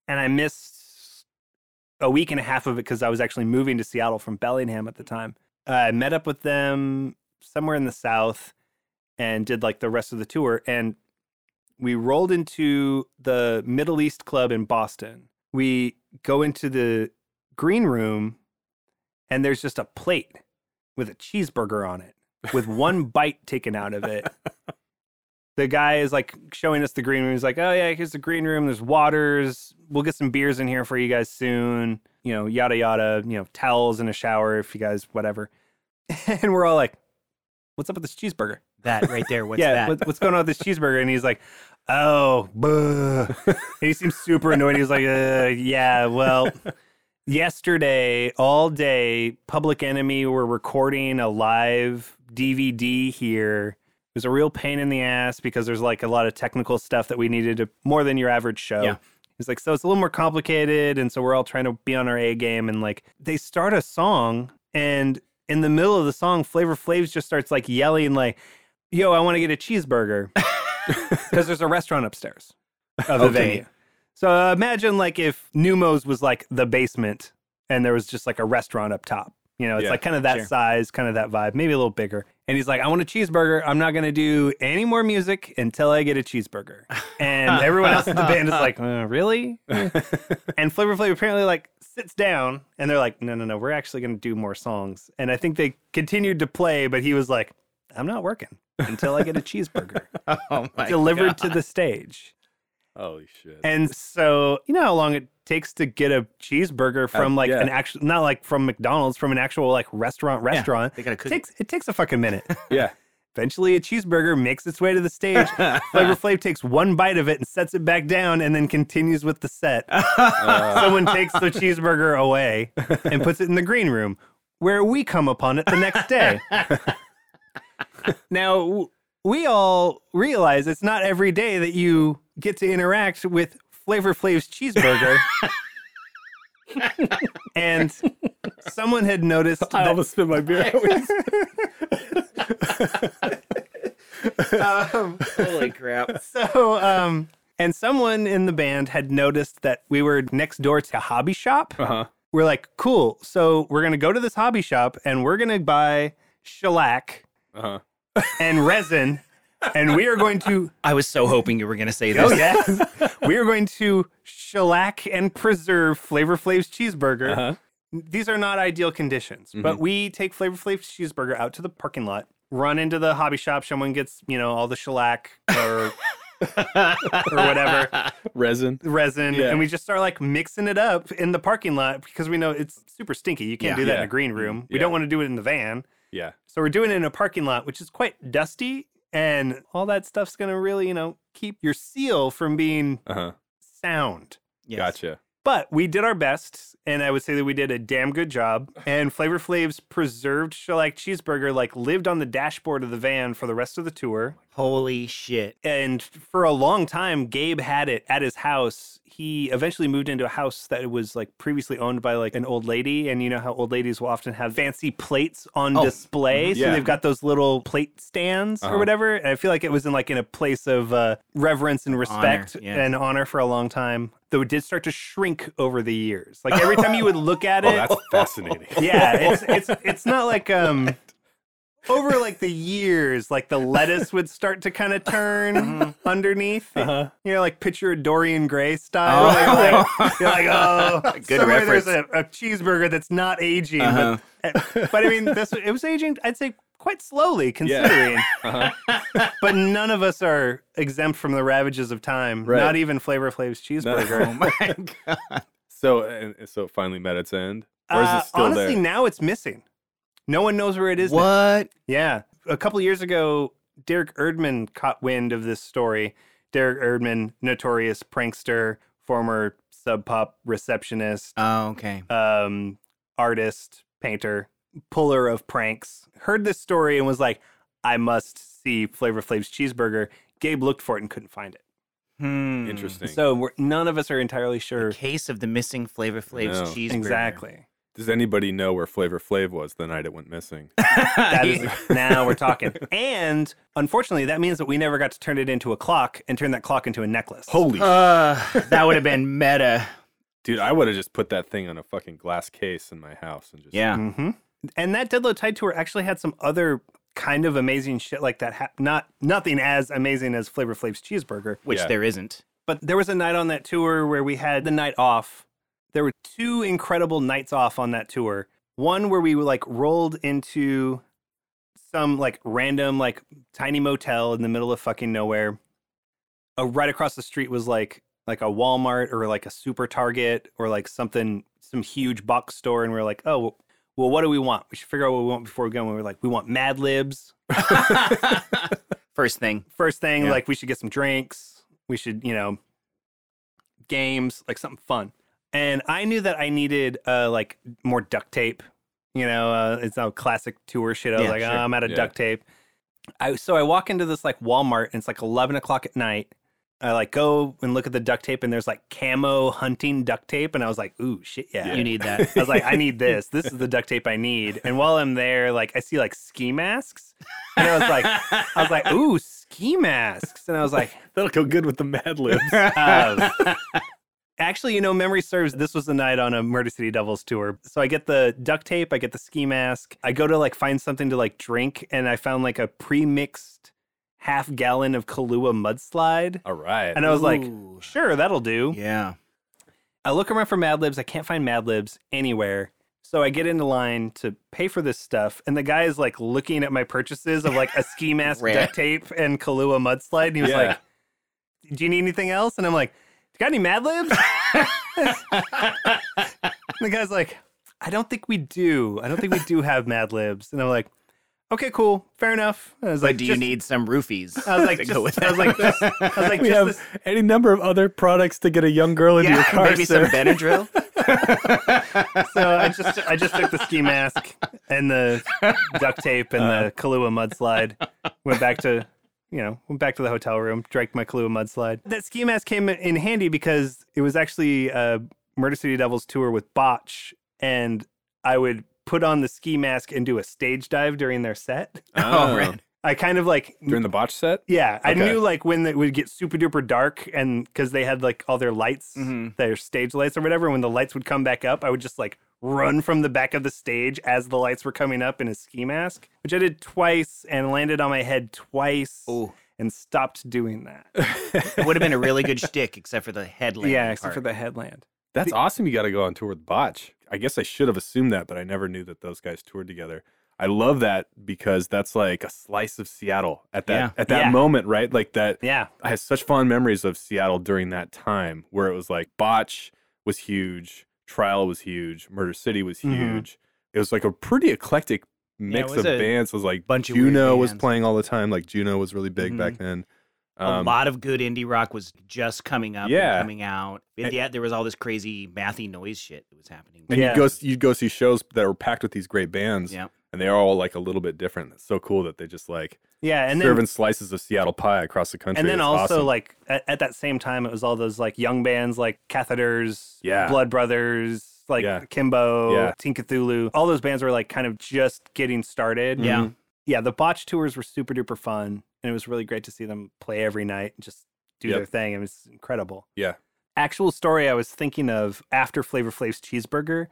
Speaker 5: and I missed a week and a half of it because I was actually moving to Seattle from Bellingham at the time. Uh, I met up with them somewhere in the South and did like the rest of the tour. And we rolled into the Middle East Club in Boston. We go into the green room and there's just a plate with a cheeseburger on it with one bite taken out of it. The guy is like showing us the green room. He's like, "Oh yeah, here's the green room. There's waters. We'll get some beers in here for you guys soon. You know, yada yada. You know, towels and a shower if you guys whatever." And we're all like, "What's up with this cheeseburger?"
Speaker 3: That right there. What's
Speaker 5: yeah,
Speaker 3: that?
Speaker 5: What, what's going on with this cheeseburger? And he's like, oh, buh. And he seems super annoyed. He's like, uh, yeah, well, yesterday, all day, Public Enemy were recording a live DVD here. It was a real pain in the ass because there's like a lot of technical stuff that we needed to more than your average show.
Speaker 3: Yeah.
Speaker 5: He's like, so it's a little more complicated. And so we're all trying to be on our A game. And like, they start a song, and in the middle of the song, Flavor Flaves just starts like yelling, like, yo, I want to get a cheeseburger because there's a restaurant upstairs of the venue. So uh, imagine like if Numos was like the basement and there was just like a restaurant up top. You know, it's
Speaker 2: Yeah,
Speaker 5: like kind of that
Speaker 3: sure.
Speaker 5: size, kind of that vibe, maybe a little bigger. And he's like, I want a cheeseburger. I'm not going to do any more music until I get a cheeseburger. And everyone else in the band is like, uh, really? and Flavor Flav apparently like sits down and they're like, no, no, no, we're actually going to do more songs. And I think they continued to play, but he was like, I'm not working until I get a cheeseburger
Speaker 4: Oh my
Speaker 5: delivered to the stage.
Speaker 2: Holy shit.
Speaker 5: And so, you know how long it takes to get a
Speaker 4: Uh,
Speaker 5: cheeseburger from like
Speaker 2: yeah.
Speaker 5: an actual, not like from McDonald's, from an actual like restaurant, restaurant.
Speaker 4: They gotta cook.
Speaker 5: It
Speaker 4: it.
Speaker 5: takes it takes a fucking minute.
Speaker 2: yeah.
Speaker 5: Eventually, a cheeseburger makes its way to the stage. Flavor Flav takes one bite of it and sets it back down, and then continues with the set. Someone takes the cheeseburger away and puts it in the green room, where we come upon it the next day. now, w- we all realize it's not every day that you get to interact with Flavor Flav's cheeseburger. and someone had noticed
Speaker 2: I
Speaker 5: that
Speaker 2: almost spit my beer out.
Speaker 4: Holy crap.
Speaker 5: So, um, and someone in the band had noticed that we were next door to a hobby shop.
Speaker 2: Uh-huh.
Speaker 5: We're like, cool. So we're gonna go to this hobby shop and we're gonna buy shellac
Speaker 2: Uh-huh.
Speaker 5: and resin, and we are going to
Speaker 3: I was so hoping you were going to say this.
Speaker 5: oh yes, we are going to shellac and preserve Flavor Flav's cheeseburger.
Speaker 2: Uh-huh.
Speaker 5: These are not ideal conditions, but
Speaker 2: Mm-hmm.
Speaker 5: we take Flavor Flav's cheeseburger out to the parking lot, run into the hobby shop. Someone gets you know all the shellac or or whatever.
Speaker 2: Resin.
Speaker 5: resin
Speaker 2: Yeah.
Speaker 5: and we just start like mixing it up in the parking lot because we know it's super stinky. You can't
Speaker 3: Yeah.
Speaker 5: do that in
Speaker 2: Yeah.
Speaker 5: a green room. We
Speaker 2: Yeah.
Speaker 5: don't want to do it in the van.
Speaker 2: Yeah.
Speaker 5: So we're doing it in a parking lot, which is quite dusty. And all that stuff's going to really, you know, keep your seal from being
Speaker 2: Uh-huh.
Speaker 5: sound.
Speaker 3: Yes.
Speaker 2: Gotcha.
Speaker 5: But we did our best. And I would say that we did a damn good job. And Flavor Flav's preserved shellac cheeseburger like lived on the dashboard of the van for the rest of the tour
Speaker 3: Holy shit.
Speaker 5: and for a long time gabe had it at his house he eventually moved into a house that was like previously owned by like an old lady and you know how old ladies will often have fancy plates on
Speaker 3: Oh,
Speaker 5: display so
Speaker 2: mm-hmm. yeah.
Speaker 5: they've got those little plate stands or
Speaker 2: Uh-huh.
Speaker 5: whatever and i feel like it was in like in a place of uh, reverence and respect
Speaker 3: yeah.
Speaker 5: and honor for a long time though it did start to shrink over the years like every time you would look at it
Speaker 2: Oh, that's fascinating.
Speaker 5: yeah, it's it's it's not like um over like the years, like the lettuce would start to kind of
Speaker 2: Uh-huh.
Speaker 5: turn underneath. You know, like picture a Dorian Gray style. Like, like, you're like, oh,
Speaker 4: Good
Speaker 5: somewhere
Speaker 4: reference.
Speaker 5: there's a, a cheeseburger that's not aging,
Speaker 4: Uh-huh.
Speaker 5: but, but I mean, this it was aging. I'd say quite slowly, considering.
Speaker 2: Uh-huh.
Speaker 5: But none of us are exempt from the ravages of time.
Speaker 2: Right.
Speaker 5: Not even Flavor Flav's cheeseburger.
Speaker 4: Oh my god.
Speaker 2: So and, and so it finally met its end. Or is
Speaker 5: Uh,
Speaker 2: it still
Speaker 5: honestly,
Speaker 2: there?
Speaker 5: now it's missing. No one knows where it is. now.
Speaker 4: What?
Speaker 5: Yeah. A couple years ago, Derek Erdman caught wind of this story. Derek Erdman, notorious prankster, former sub pop receptionist,
Speaker 4: Oh, okay.
Speaker 5: um, artist, painter, puller of pranks, heard this story and was like, I must see Flavor Flav's cheeseburger. Gabe looked for it and couldn't find it.
Speaker 4: Hmm.
Speaker 2: Interesting.
Speaker 5: mm, So we're, none of us are entirely sure
Speaker 3: Case of the missing Flavor Flav's
Speaker 2: No.
Speaker 3: cheeseburger.
Speaker 5: exactly.
Speaker 2: Does anybody know where Flavor Flav was the night it went missing?
Speaker 5: That is now we're talking. And unfortunately, that means that we never got to turn it into a clock and turn that clock into a necklace.
Speaker 2: Holy
Speaker 3: Uh, that would have been meta.
Speaker 2: dude, I would have just put that thing on a fucking glass case in my house and just
Speaker 3: Yeah.
Speaker 5: hmm And that Dead Low Tide tour actually had some other kind of amazing shit like that. hap not nothing as amazing as Flavor Flav's cheeseburger,
Speaker 3: Which
Speaker 2: Yeah.
Speaker 3: there isn't.
Speaker 5: but there was a night on that tour where we had the night off. There were two incredible nights off on that tour. One where we like rolled into some like random like tiny motel in the middle of fucking nowhere. Uh, right across the street was like like a Walmart or like a Super Target or like something some huge box store, and we are like, oh, well, what do we want? We should figure out what we want before we go. And we were like, we want Mad Libs
Speaker 4: First thing.
Speaker 5: first thing
Speaker 4: Yeah.
Speaker 5: like we should get some drinks we should you know games like something fun and i knew that i needed uh like more duct tape you know uh, it's a classic tour shit i was
Speaker 4: Yeah,
Speaker 5: like
Speaker 4: sure.
Speaker 5: oh, i'm out of
Speaker 2: Yeah.
Speaker 5: duct tape i so i walk into this like walmart and it's like 11 o'clock at night i like go and look at the duct tape and there's like camo hunting duct tape and i was like ooh shit yeah.
Speaker 3: You need that.
Speaker 5: I was like, I need this. This is the duct tape I need. And while I'm there, like I see like ski masks. And I was like, I was like, ooh, ski masks. And I was like,
Speaker 2: That'll go good with the Mad Libs.
Speaker 5: um, actually, you know, memory serves. This was the night on a Murder City Devils tour. So I get the duct tape, I get the ski mask. I go to like find something to like drink, and I found like a pre-mixed half gallon of Kahlua mudslide.
Speaker 2: All right.
Speaker 5: And I was like,
Speaker 3: Ooh.
Speaker 5: sure, that'll do.
Speaker 4: Yeah.
Speaker 5: I look around for Mad Libs. I can't find Mad Libs anywhere. So I get into line to pay for this stuff, and the guy is like looking at my purchases of like a ski mask,
Speaker 4: Rad.
Speaker 5: duct tape, and Kahlua mudslide, and he was
Speaker 2: Yeah.
Speaker 5: like, "Do you need anything else?" And I'm like, "Got any Mad Libs?" And the guy's like, "I don't think we do. I don't think we do have Mad Libs." And I'm like, "Okay, cool, fair enough." And I was
Speaker 3: But
Speaker 5: like,
Speaker 3: do you
Speaker 5: "Just-"
Speaker 3: need some roofies?
Speaker 5: I was like,
Speaker 3: to
Speaker 5: just,
Speaker 3: go with
Speaker 5: I was like, just, I was like,
Speaker 2: we
Speaker 5: just
Speaker 2: have
Speaker 5: this-
Speaker 2: any number of other products to get a young girl into your
Speaker 3: Yeah,
Speaker 2: car,
Speaker 3: maybe
Speaker 2: sir.
Speaker 3: some Benadryl.
Speaker 5: So I just I just took the ski mask and the duct tape and the Kahlua mudslide. Went back to you know went back to the hotel room, drank my Kahlua mudslide. That ski mask came in handy because it was actually a Murder City Devils tour with Botch, and I would put on the ski mask and do a stage dive during their set.
Speaker 4: Oh, right.
Speaker 5: I kind of like
Speaker 2: During the botch set?
Speaker 5: yeah, I
Speaker 2: Okay.
Speaker 5: knew like when it would get super duper dark, and because they had like all their lights,
Speaker 4: Mhm.
Speaker 5: their stage lights or whatever. When the lights would come back up, I would just like run from the back of the stage as the lights were coming up in a ski mask, which I did twice and landed on my head twice,
Speaker 4: Ooh.
Speaker 5: and stopped doing that.
Speaker 4: It would have been a really good shtick, except for the headlamp.
Speaker 5: yeah, except for the headland.
Speaker 2: That's awesome. You got to go on tour with Botch. I guess I should have assumed that, but I never knew that those guys toured together. I love that because that's like a slice of Seattle at that
Speaker 3: Yeah.
Speaker 2: at that
Speaker 5: Yeah.
Speaker 2: moment, right? Like that.
Speaker 5: Yeah,
Speaker 2: I have such fond memories of Seattle during that time where it was like Botch was huge, Trial was huge, Murder City was
Speaker 5: Mhm.
Speaker 2: huge. It was like a pretty eclectic mix
Speaker 3: was
Speaker 2: of
Speaker 3: a
Speaker 2: bands. It was like
Speaker 3: bunch of weird
Speaker 2: Juno was
Speaker 3: bands.
Speaker 2: playing all the time. Like Juno was really big back then. Um,
Speaker 3: a lot of good indie rock was just coming up,
Speaker 2: Yeah.
Speaker 3: and coming out, and yet there was all this crazy mathy noise shit that was happening.
Speaker 2: And
Speaker 5: Yeah.
Speaker 2: you'd go you'd go see shows that were packed with these great bands.
Speaker 3: Yeah.
Speaker 2: And they are all like a little bit different. It's so cool that they just like
Speaker 5: yeah, and then
Speaker 2: serving slices of Seattle pie across the country.
Speaker 5: and then
Speaker 2: It's
Speaker 5: also
Speaker 2: awesome.
Speaker 5: like at, at that same time, it was all those like young bands like Catheters,
Speaker 2: Yeah.
Speaker 5: Blood Brothers, like
Speaker 2: Yeah.
Speaker 5: Kimbo,
Speaker 2: Yeah.
Speaker 5: Teen Cthulhu. All those bands were like kind of just getting started.
Speaker 3: Yeah,
Speaker 2: Mm-hmm.
Speaker 5: yeah, the botch tours were super duper fun, and it was really great to see them play every night and just do
Speaker 2: Yep.
Speaker 5: their thing. It was incredible.
Speaker 2: Yeah.
Speaker 5: Actual story I was thinking of after Flavor Flav's cheeseburger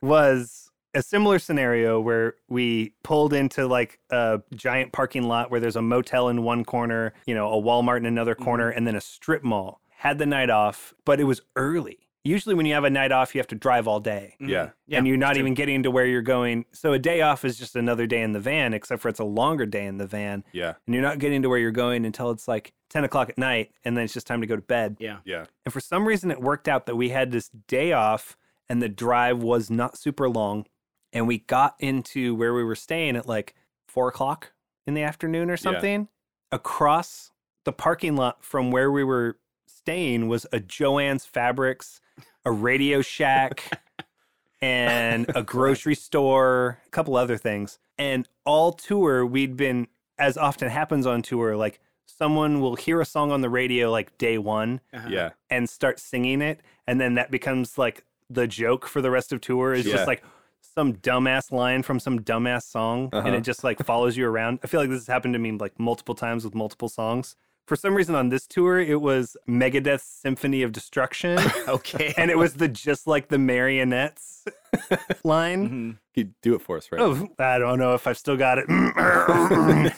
Speaker 5: was a similar scenario where we pulled into like a giant parking lot where there's a motel in one corner, you know, a Walmart in another corner,
Speaker 2: Mm-hmm.
Speaker 5: and then a strip mall. Had the night off, but it was early. Usually, when you have a night off, you have to drive all day
Speaker 2: Yeah.
Speaker 3: Mm-hmm. yeah.
Speaker 5: and you're not even getting to where you're going. So a day off is just another day in the van, except for it's a longer day in the van,
Speaker 2: Yeah.
Speaker 5: and you're not getting to where you're going until it's like 10 o'clock at night, and then it's just time to go to bed.
Speaker 3: yeah.
Speaker 2: Yeah.
Speaker 5: And for some reason, it worked out that we had this day off, and the drive was not super long, and we got into where we were staying at like four o'clock in the afternoon or something. Across the parking lot from where we were staying was a Joann's Fabrics, a Radio Shack. and a grocery store, a couple other things. And all tour, we'd been, as often happens on tour, like someone will hear a song on the radio like day one
Speaker 3: Uh-huh.
Speaker 2: Yeah.
Speaker 5: and start singing it. And then that becomes like the joke for the rest of tour is
Speaker 2: Yeah.
Speaker 5: just like some dumbass line from some dumbass song.
Speaker 2: Uh-huh.
Speaker 5: And it just like follows you around. I feel like this has happened to me like multiple times with multiple songs. For some reason on this tour, it was Megadeth Symphony of Destruction,
Speaker 3: Okay.
Speaker 5: and it was the just like the marionettes line.
Speaker 2: Mm-hmm.
Speaker 3: Mhm.
Speaker 2: You do it for us, right?
Speaker 5: Oh, I don't know if I've still got it. Um,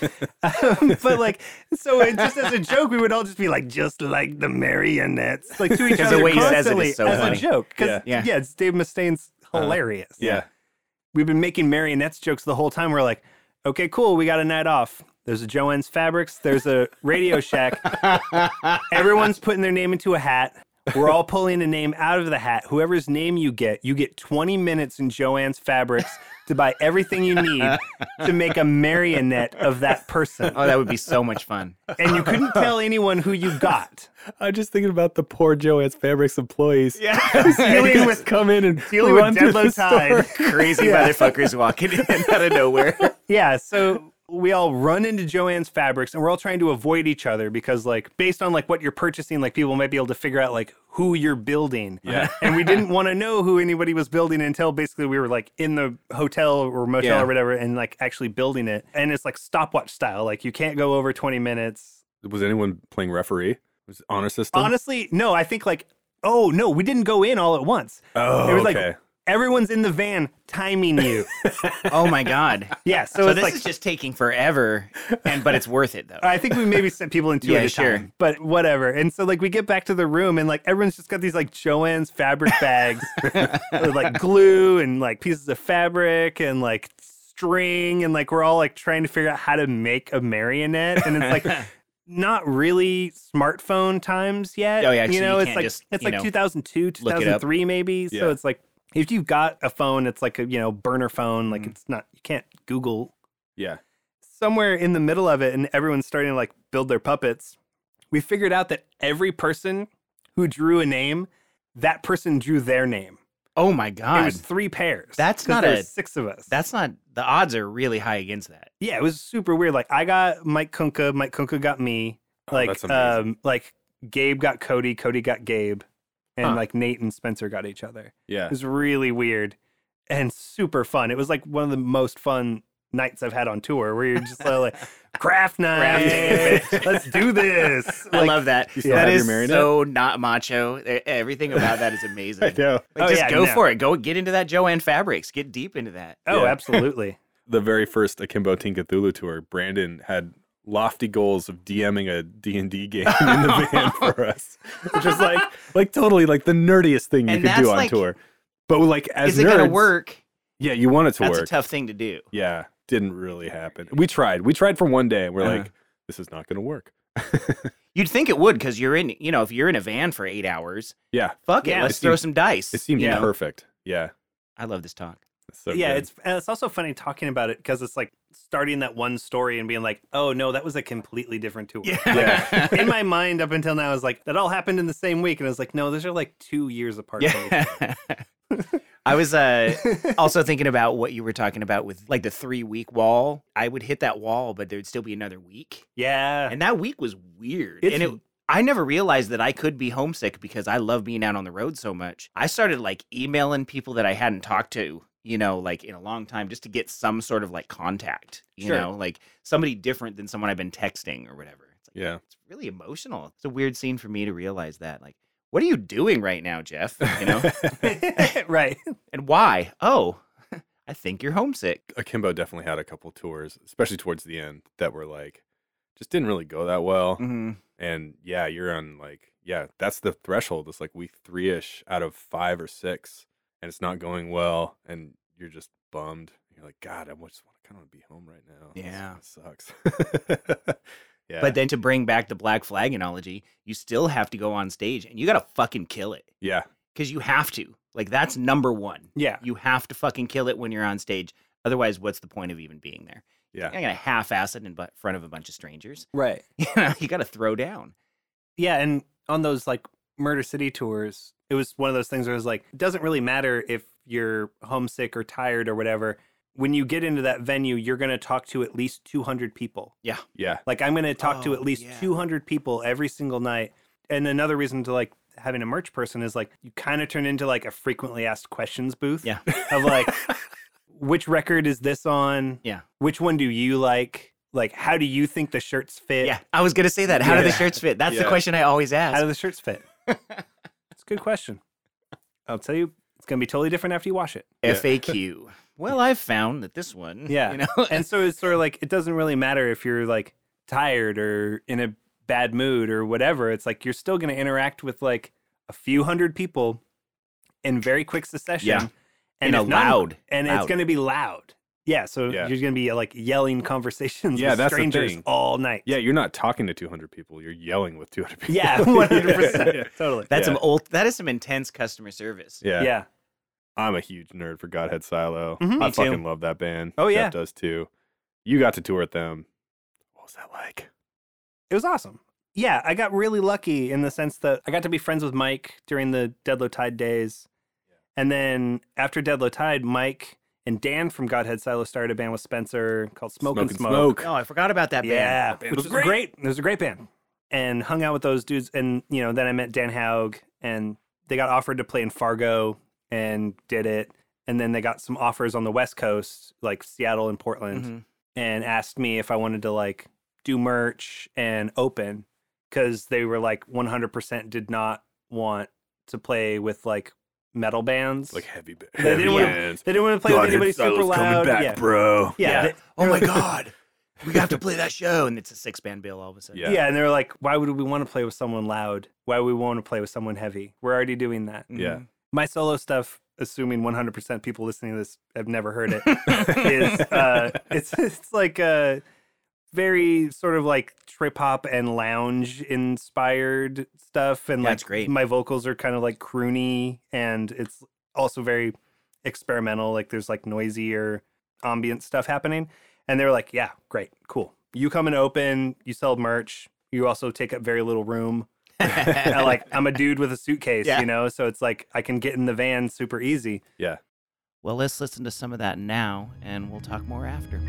Speaker 5: but like, so it, just as a joke, we would all just be like, just like the marionettes, like to each
Speaker 3: 'Cause
Speaker 5: other
Speaker 3: the way he says it is
Speaker 5: constantly
Speaker 3: so
Speaker 5: as
Speaker 3: funny.
Speaker 5: a joke. 'Cause,
Speaker 2: Yeah.
Speaker 5: yeah.
Speaker 3: Yeah. Uh-huh.
Speaker 5: it's Dave Mustaine's hilarious.
Speaker 2: yeah.
Speaker 5: we've been making marionettes jokes the whole time. We're like, okay, cool, we got a night off. There's a Joanne's Fabrics. There's a Radio Shack. Everyone's putting their name into a hat. We're all pulling a name out of the hat. Whoever's name you get, you get 20 minutes in Joanne's Fabrics to buy everything you need to make a marionette of that person.
Speaker 6: Uh,
Speaker 3: Oh, that would be so much fun.
Speaker 5: And you couldn't tell anyone who you got.
Speaker 6: I'm just thinking about the poor Joanne's Fabrics employees. Yeah,
Speaker 5: Dealing
Speaker 6: just
Speaker 5: with,
Speaker 6: come in and
Speaker 5: dealing
Speaker 6: run
Speaker 5: with
Speaker 6: through
Speaker 5: dead
Speaker 6: the
Speaker 5: low
Speaker 6: store.
Speaker 5: tide.
Speaker 3: Crazy motherfuckers walking in out of nowhere.
Speaker 5: Yeah, so we all run into Joanne's Fabrics and we're all trying to avoid each other because like based on like what you're purchasing, like people might be able to figure out like who you're building.
Speaker 2: Yeah.
Speaker 5: and we didn't want to know who anybody was building until basically we were like in the hotel or motel
Speaker 3: Yeah.
Speaker 5: or whatever and like actually building it. And it's like stopwatch style. Like you can't go over 20 minutes.
Speaker 2: Was anyone playing referee? Was it honor system?
Speaker 5: Honestly, no, I think like oh no, we didn't go in all at once.
Speaker 2: oh,
Speaker 5: it was like
Speaker 2: okay.
Speaker 5: everyone's in the van timing you.
Speaker 3: Oh my god.
Speaker 5: yeah. So,
Speaker 3: So,
Speaker 5: it's
Speaker 3: this
Speaker 5: like
Speaker 3: is just taking forever, and but it's worth it though.
Speaker 5: I think we maybe sent people in two
Speaker 3: Yeah,
Speaker 5: at a
Speaker 3: sure.
Speaker 5: time, but whatever. And so like we get back to the room and like everyone's just got these like Joanne's fabric bags with like glue and like pieces of fabric and like string and like we're all like trying to figure out how to make a marionette and it's like not really smartphone times yet.
Speaker 3: Oh, yeah, so
Speaker 5: you
Speaker 3: you
Speaker 5: know it's
Speaker 3: can't
Speaker 5: like
Speaker 3: just,
Speaker 5: it's
Speaker 3: you
Speaker 5: like
Speaker 3: know,
Speaker 5: 2002,
Speaker 3: look it up.
Speaker 5: 2003 maybe. So
Speaker 2: Yeah.
Speaker 5: it's like if you've got a phone, it's like a you know burner phone. Like
Speaker 3: Mhm.
Speaker 5: it's not you can't Google
Speaker 2: yeah.
Speaker 5: somewhere in the middle of it and everyone's starting to like build their puppets, we figured out that every person who drew a name, that person drew their name.
Speaker 3: Oh my
Speaker 5: It
Speaker 3: god.
Speaker 5: was three pairs.
Speaker 3: That's
Speaker 5: 'cause
Speaker 3: not
Speaker 5: there
Speaker 3: a-
Speaker 5: were six of us.
Speaker 3: That's not the odds are really high against that.
Speaker 5: yeah, it was super weird. Like I got Mike Kunkka, Mike Kunkka got me. Like
Speaker 2: Oh, that's
Speaker 3: uh,
Speaker 2: amazing.
Speaker 5: um like Gabe got Cody, Cody got Gabe, and
Speaker 3: Huh.
Speaker 5: like Nate and Spencer got each other.
Speaker 2: Yeah.
Speaker 5: It was really weird and super fun. It was like one of the most fun nights I've had on tour where you're just like, craft night,
Speaker 3: Craft
Speaker 5: let's do this.
Speaker 3: I
Speaker 5: Like,
Speaker 3: love that.
Speaker 2: you still have
Speaker 3: that
Speaker 2: your
Speaker 3: is
Speaker 2: marinade?
Speaker 3: so not macho. E- Everything about that is amazing.
Speaker 6: I know.
Speaker 3: Like,
Speaker 5: Oh,
Speaker 3: just
Speaker 5: yeah,
Speaker 3: go
Speaker 5: no.
Speaker 3: for it. Go get into that Joanne Fabrics. Get deep into that.
Speaker 5: Oh,
Speaker 2: Yeah.
Speaker 5: absolutely.
Speaker 2: The very first Akimbo Teen Cthulhu tour, Brandon had lofty goals of DMing a D&D game in the van for us. Which is like, like totally like the nerdiest thing you
Speaker 3: And
Speaker 2: could do
Speaker 3: that's
Speaker 2: on
Speaker 3: like-
Speaker 2: tour. But like as
Speaker 3: is it gonna
Speaker 2: nerds-
Speaker 3: work?
Speaker 2: Yeah, you want it to
Speaker 3: That's
Speaker 2: work.
Speaker 3: a tough thing to do.
Speaker 2: yeah, didn't really happen. We tried. We tried for one day and we're
Speaker 3: Uh-huh.
Speaker 2: like, this is not going to work.
Speaker 3: You'd think it would because you're in. You know, if you're in a van for eight hours,
Speaker 2: Yeah.
Speaker 3: fuck
Speaker 5: Yeah.
Speaker 3: it. Let's
Speaker 2: It
Speaker 3: throw
Speaker 2: seems-
Speaker 3: some dice.
Speaker 2: It seemed
Speaker 5: Yeah.
Speaker 2: perfect. Yeah.
Speaker 3: I love this talk.
Speaker 2: It's so
Speaker 5: yeah,
Speaker 2: good.
Speaker 5: it's and it's also funny talking about it because it's like starting that one story and being like, oh no, that was a completely different tour.
Speaker 2: Yeah.
Speaker 5: in my mind up until now, I was like, that all happened in the same week, and I was like, no, those are like two years apart. from each other.
Speaker 3: Yeah. I was uh, also thinking about what you were talking about with like the three week wall. I would hit that wall, but there'd still be another week.
Speaker 5: yeah.
Speaker 3: And that week was weird.
Speaker 5: It's-
Speaker 3: and it, I never realized that I could be homesick because I love being out on the road so much. I started like emailing people that I hadn't talked to, you know, like in a long time just to get some sort of like contact, you
Speaker 5: Sure.
Speaker 3: know, like somebody different than someone I've been texting or whatever. It's like,
Speaker 2: yeah.
Speaker 3: it's really emotional. It's a weird scene for me to realize that. Like, what are you doing right now, Jeff? You know?
Speaker 5: right.
Speaker 3: And why? Oh, I think you're homesick.
Speaker 2: Akimbo definitely had a couple tours, especially towards the end, that were like just didn't really go that well.
Speaker 3: Mm-hmm.
Speaker 2: And yeah, you're on like yeah, that's the threshold. It's like week three ish out of five or six, and it's not going well, and you're just bummed. You're like, God, I just want to kind of be home right now. This
Speaker 3: Yeah.
Speaker 2: kinda sucks. yeah,
Speaker 3: But then to bring back the Black Flag analogy, you still have to go on stage and you got to fucking kill it
Speaker 2: yeah,
Speaker 3: because you have to. Like, that's number one.
Speaker 5: Yeah.
Speaker 3: You have to fucking kill it when you're on stage. Otherwise, what's the point of even being there?
Speaker 2: Yeah.
Speaker 3: I'm going to half ass it in bu- front of a bunch of strangers.
Speaker 5: Right.
Speaker 3: You know, you got to throw down.
Speaker 5: Yeah, and on those like Murder City tours, it was one of those things where it was like, it doesn't really matter if you're homesick or tired or whatever. When you get into that venue, you're going to talk to at least 200 people.
Speaker 2: yeah,
Speaker 5: Like I'm going to talk to
Speaker 3: Oh,
Speaker 5: at least
Speaker 3: yeah.
Speaker 5: 200 people every single night. And another reason to like having a merch person is like you kind of turn into like a frequently asked questions booth
Speaker 3: Yeah.
Speaker 5: of like which record is this on?
Speaker 3: Yeah.
Speaker 5: Which one do you like? like how do you think the shirts fit?
Speaker 4: Yeah, I was gonna say that. How do the
Speaker 1: Yeah.
Speaker 4: shirts fit? That's the
Speaker 1: Yeah.
Speaker 4: question I always
Speaker 5: How do
Speaker 4: ask.
Speaker 5: the shirts fit? it's a good question. I'll tell you, it's gonna be totally different after you wash it.
Speaker 4: FAQ. well, I've found that this one.
Speaker 5: Yeah.
Speaker 4: you know,
Speaker 5: and so it's sort of like it doesn't really matter if you're like tired or in a bad mood or whatever. It's like you're still going to interact with like a few hundred people in very quick succession.
Speaker 4: Yeah.
Speaker 5: And
Speaker 4: In a
Speaker 5: if none-
Speaker 4: loud-
Speaker 5: and
Speaker 4: loud.
Speaker 5: it's going to be loud. Yeah, so
Speaker 2: Yeah.
Speaker 5: you're going to be like yelling conversations
Speaker 2: Yeah,
Speaker 5: with
Speaker 2: that's the
Speaker 5: strangers
Speaker 2: thing.
Speaker 5: all night.
Speaker 2: Yeah, you're not talking to 200 people. You're yelling with 200 people.
Speaker 5: yeah, one hundred percent, totally.
Speaker 4: that's
Speaker 2: Yeah.
Speaker 4: some old. That is some intense customer service.
Speaker 2: Yeah.
Speaker 5: yeah.
Speaker 2: I'm a huge nerd for Godhead Silo.
Speaker 5: Mhm.
Speaker 4: Me
Speaker 2: I
Speaker 4: too.
Speaker 2: fucking love that band.
Speaker 5: Oh,
Speaker 2: Jeff
Speaker 5: yeah.
Speaker 2: does too. You got to tour with them. What was that like?
Speaker 5: it was awesome. Yeah, I got really lucky in the sense that I got to be friends with Mike during the Deadlow Tide days. And then after Deadlow Tide, Mike and Dan from Godhead Silo started a band with Spencer called Smoke and Smoke.
Speaker 4: Oh, I forgot about that.
Speaker 5: Yeah,
Speaker 4: band.
Speaker 5: it was great. It was a great band, and hung out with those dudes. And you know, then I met Dan Haug, and they got offered to play in Fargo, and did it. And then they got some offers on the West Coast, like Seattle and Portland,
Speaker 4: Mhm.
Speaker 5: and asked me if I wanted to like do merch and open because they were like 100% did not want to play with like metal bands.
Speaker 2: Like heavy, ba-
Speaker 5: Oh, They didn't
Speaker 2: heavy
Speaker 5: wanna-
Speaker 2: bands.
Speaker 5: they didn't want to play with
Speaker 2: Godhead
Speaker 5: anybody
Speaker 2: Silo's
Speaker 5: super loud.
Speaker 2: coming back,
Speaker 5: yeah.
Speaker 2: bro.
Speaker 5: Yeah,
Speaker 4: Yeah.
Speaker 5: they-
Speaker 4: Oh my god, we have to play that show, and it's a six band bill all of a sudden.
Speaker 2: Yeah.
Speaker 5: Yeah. and they were like, why would we want to play with someone loud? Why would we want to play with someone heavy? We're already doing that.
Speaker 4: Mm-hmm.
Speaker 2: Yeah.
Speaker 5: My solo stuff, assuming 100% people listening to this have never heard it, is uh, it's, it's like a very sort of like trip hop and lounge inspired stuff. And
Speaker 4: Yeah,
Speaker 5: like,
Speaker 4: it's great.
Speaker 5: my vocals are kind of like croony and it's also very experimental. Like, there's like noisier ambient stuff happening. And they were like, yeah, great, cool. You come and open, you sell merch, you also take up very little room. I like I'm a dude with a suitcase,
Speaker 4: Yeah.
Speaker 5: you know, so it's like I can get in the van super easy.
Speaker 2: Yeah.
Speaker 4: Well, let's listen to some of that now, and we'll talk more after.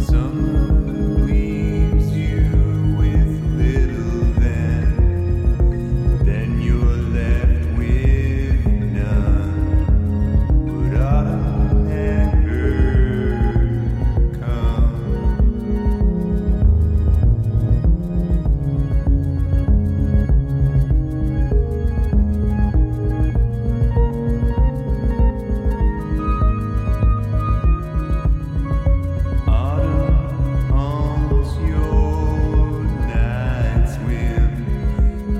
Speaker 7: Summer leaves you with little then, then you're left with none. Would autumn ever come? Autumn haunts your night's whim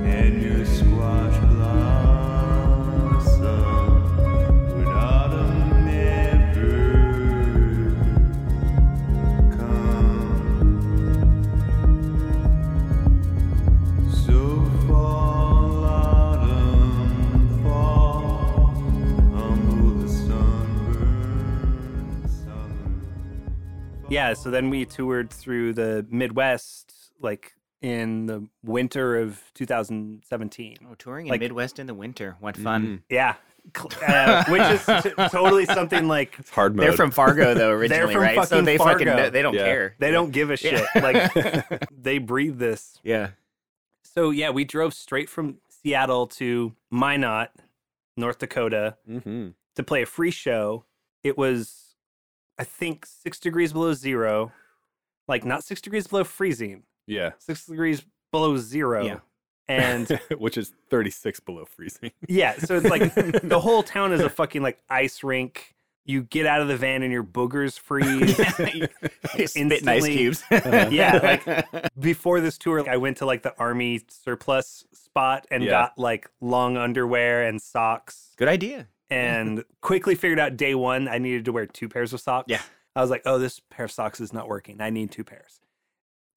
Speaker 7: and your squash blossom. Would autumn never come? So fall, autumn, fall, humble the sunburned summer.
Speaker 5: Yeah, so then we toured through the Midwest like in the winter of 2017.
Speaker 4: Oh, touring in
Speaker 5: Like-
Speaker 4: Midwest in the winter. What fun.
Speaker 5: Yeah. Cl- Uh, which is t- totally something like
Speaker 2: It's hard mode.
Speaker 4: They're from Fargo, though, originally,
Speaker 5: from
Speaker 4: right? So
Speaker 5: fucking
Speaker 4: they fucking
Speaker 5: Fargo.
Speaker 4: know, they don't
Speaker 2: Yeah.
Speaker 4: care.
Speaker 5: they don't give a shit. Like they breathe this.
Speaker 4: Yeah.
Speaker 5: So yeah, we drove straight from Seattle to Minot, North Dakota,
Speaker 4: Mm-hmm.
Speaker 2: hmm
Speaker 5: to play a free show. It was, I think, six degrees below zero, like not six degrees below freezing,
Speaker 2: Yeah.
Speaker 5: six degrees below zero.
Speaker 4: Yeah.
Speaker 5: And
Speaker 2: Which is 36 below freezing.
Speaker 5: yeah, so it's like the whole town is a fucking like ice rink. You get out of the van and your boogers freeze.
Speaker 4: Spit ice
Speaker 5: Instantly-
Speaker 4: cubes.
Speaker 5: Yeah, like before this tour, I went to like the army surplus spot and
Speaker 2: Yeah.
Speaker 5: got like long underwear and socks
Speaker 4: Good idea.
Speaker 5: and quickly figured out day one I needed to wear two pairs of socks.
Speaker 4: Yeah.
Speaker 5: I was like, oh, this pair of socks is not working. I need two pairs.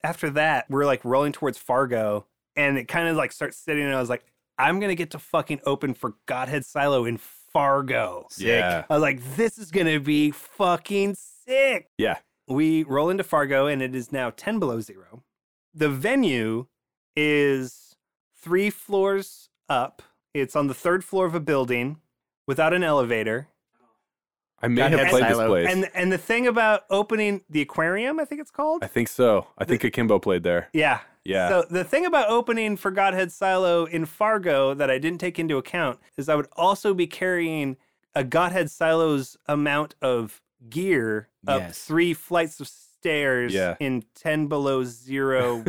Speaker 5: After that, we're like rolling towards Fargo and it kind of like starts sitting. And I was like, I'm going to get to fucking open for Godhead Silo in Fargo.
Speaker 2: Yeah.
Speaker 5: I was like, this is going to be fucking sick.
Speaker 2: Yeah.
Speaker 5: we roll into Fargo and it is now 10 below zero. The venue is three floors up. It's on the third floor of a building without an elevator.
Speaker 2: I may
Speaker 3: Got
Speaker 2: have
Speaker 3: him
Speaker 2: played this
Speaker 3: siloed.
Speaker 2: place.
Speaker 5: And and the thing about opening the aquarium, I think it's called.
Speaker 2: I think so. I think Akimbo played there.
Speaker 5: Yeah.
Speaker 2: Yeah.
Speaker 5: So the thing about opening for Godhead Silo in Fargo that I didn't take into account is I would also be carrying a Godhead Silo's amount of gear up
Speaker 8: Yes.
Speaker 5: three flights of stairs
Speaker 2: Yeah.
Speaker 5: in 10 below zero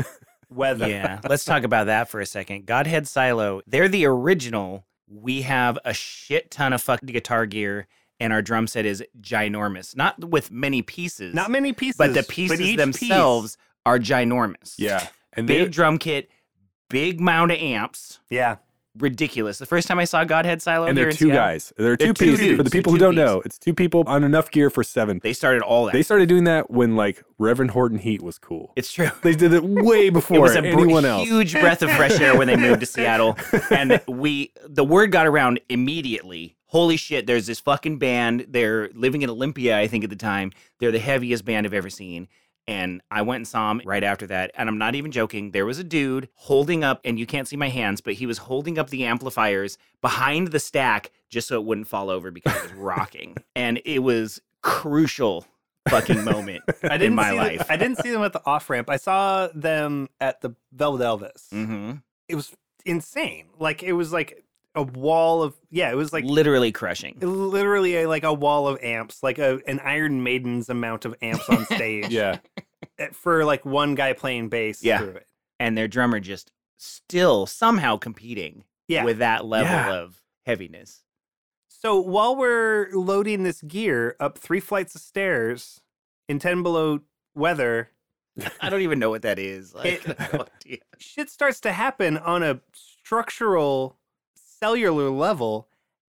Speaker 5: weather.
Speaker 8: Yeah.
Speaker 3: Let's talk about that for a second. Godhead Silo, they're the original. We have a shit ton of fucking guitar gear, and our drum set is ginormous. Not with many pieces,
Speaker 5: Not many pieces,
Speaker 3: but the pieces
Speaker 5: each piece-
Speaker 3: themselves are ginormous.
Speaker 2: Yeah. And
Speaker 3: Big
Speaker 2: they,
Speaker 3: drum kit, big mound of amps.
Speaker 5: yeah.
Speaker 3: Ridiculous. The first time I saw Godhead Silo
Speaker 2: and
Speaker 3: here
Speaker 2: they're
Speaker 3: in
Speaker 2: two
Speaker 3: Seattle,
Speaker 2: guys. They're
Speaker 3: They're
Speaker 2: two
Speaker 3: two
Speaker 2: pieces.
Speaker 3: dudes.
Speaker 2: For the people who
Speaker 3: They're
Speaker 2: don't
Speaker 3: two
Speaker 2: know, it's two people on enough gear for seven.
Speaker 3: They started all that.
Speaker 2: They started doing that when like Reverend Horton Heat was cool.
Speaker 3: it's true.
Speaker 2: They did it way before
Speaker 3: it was a br-
Speaker 2: anyone else.
Speaker 3: huge breath of fresh air when they moved to Seattle, and we the word got around immediately. Holy shit! There's this fucking band. They're living in Olympia, I think, at the time. They're the heaviest band I've ever seen. And I went and saw him right after that. And I'm not even joking. There was a dude holding up, and you can't see my hands, but he was holding up the amplifiers behind the stack just so it wouldn't fall over because it was rocking. And it was crucial fucking moment
Speaker 5: I
Speaker 3: in
Speaker 5: didn't
Speaker 3: my
Speaker 5: see them-
Speaker 3: life.
Speaker 5: I didn't see them at the off ramp. I saw them at the Velvet Elvis.
Speaker 3: hmm
Speaker 5: It was insane. Like it was like a wall of yeah. It was like
Speaker 3: Literally crushing.
Speaker 5: literally a, like a wall of amps, like a, an Iron Maiden's amount of amps on stage eh,
Speaker 2: Yeah.
Speaker 5: for like one guy playing bass
Speaker 3: Yeah.
Speaker 5: through it.
Speaker 3: and their drummer just still somehow competing
Speaker 5: Yeah.
Speaker 3: with that level
Speaker 2: Yeah.
Speaker 3: of heaviness.
Speaker 5: so while we're loading this gear up three flights of stairs in 10 below weather,
Speaker 3: I don't even know what that is. Like,
Speaker 5: It-
Speaker 3: I have no idea.
Speaker 5: shit starts to happen on a structural, cellular level.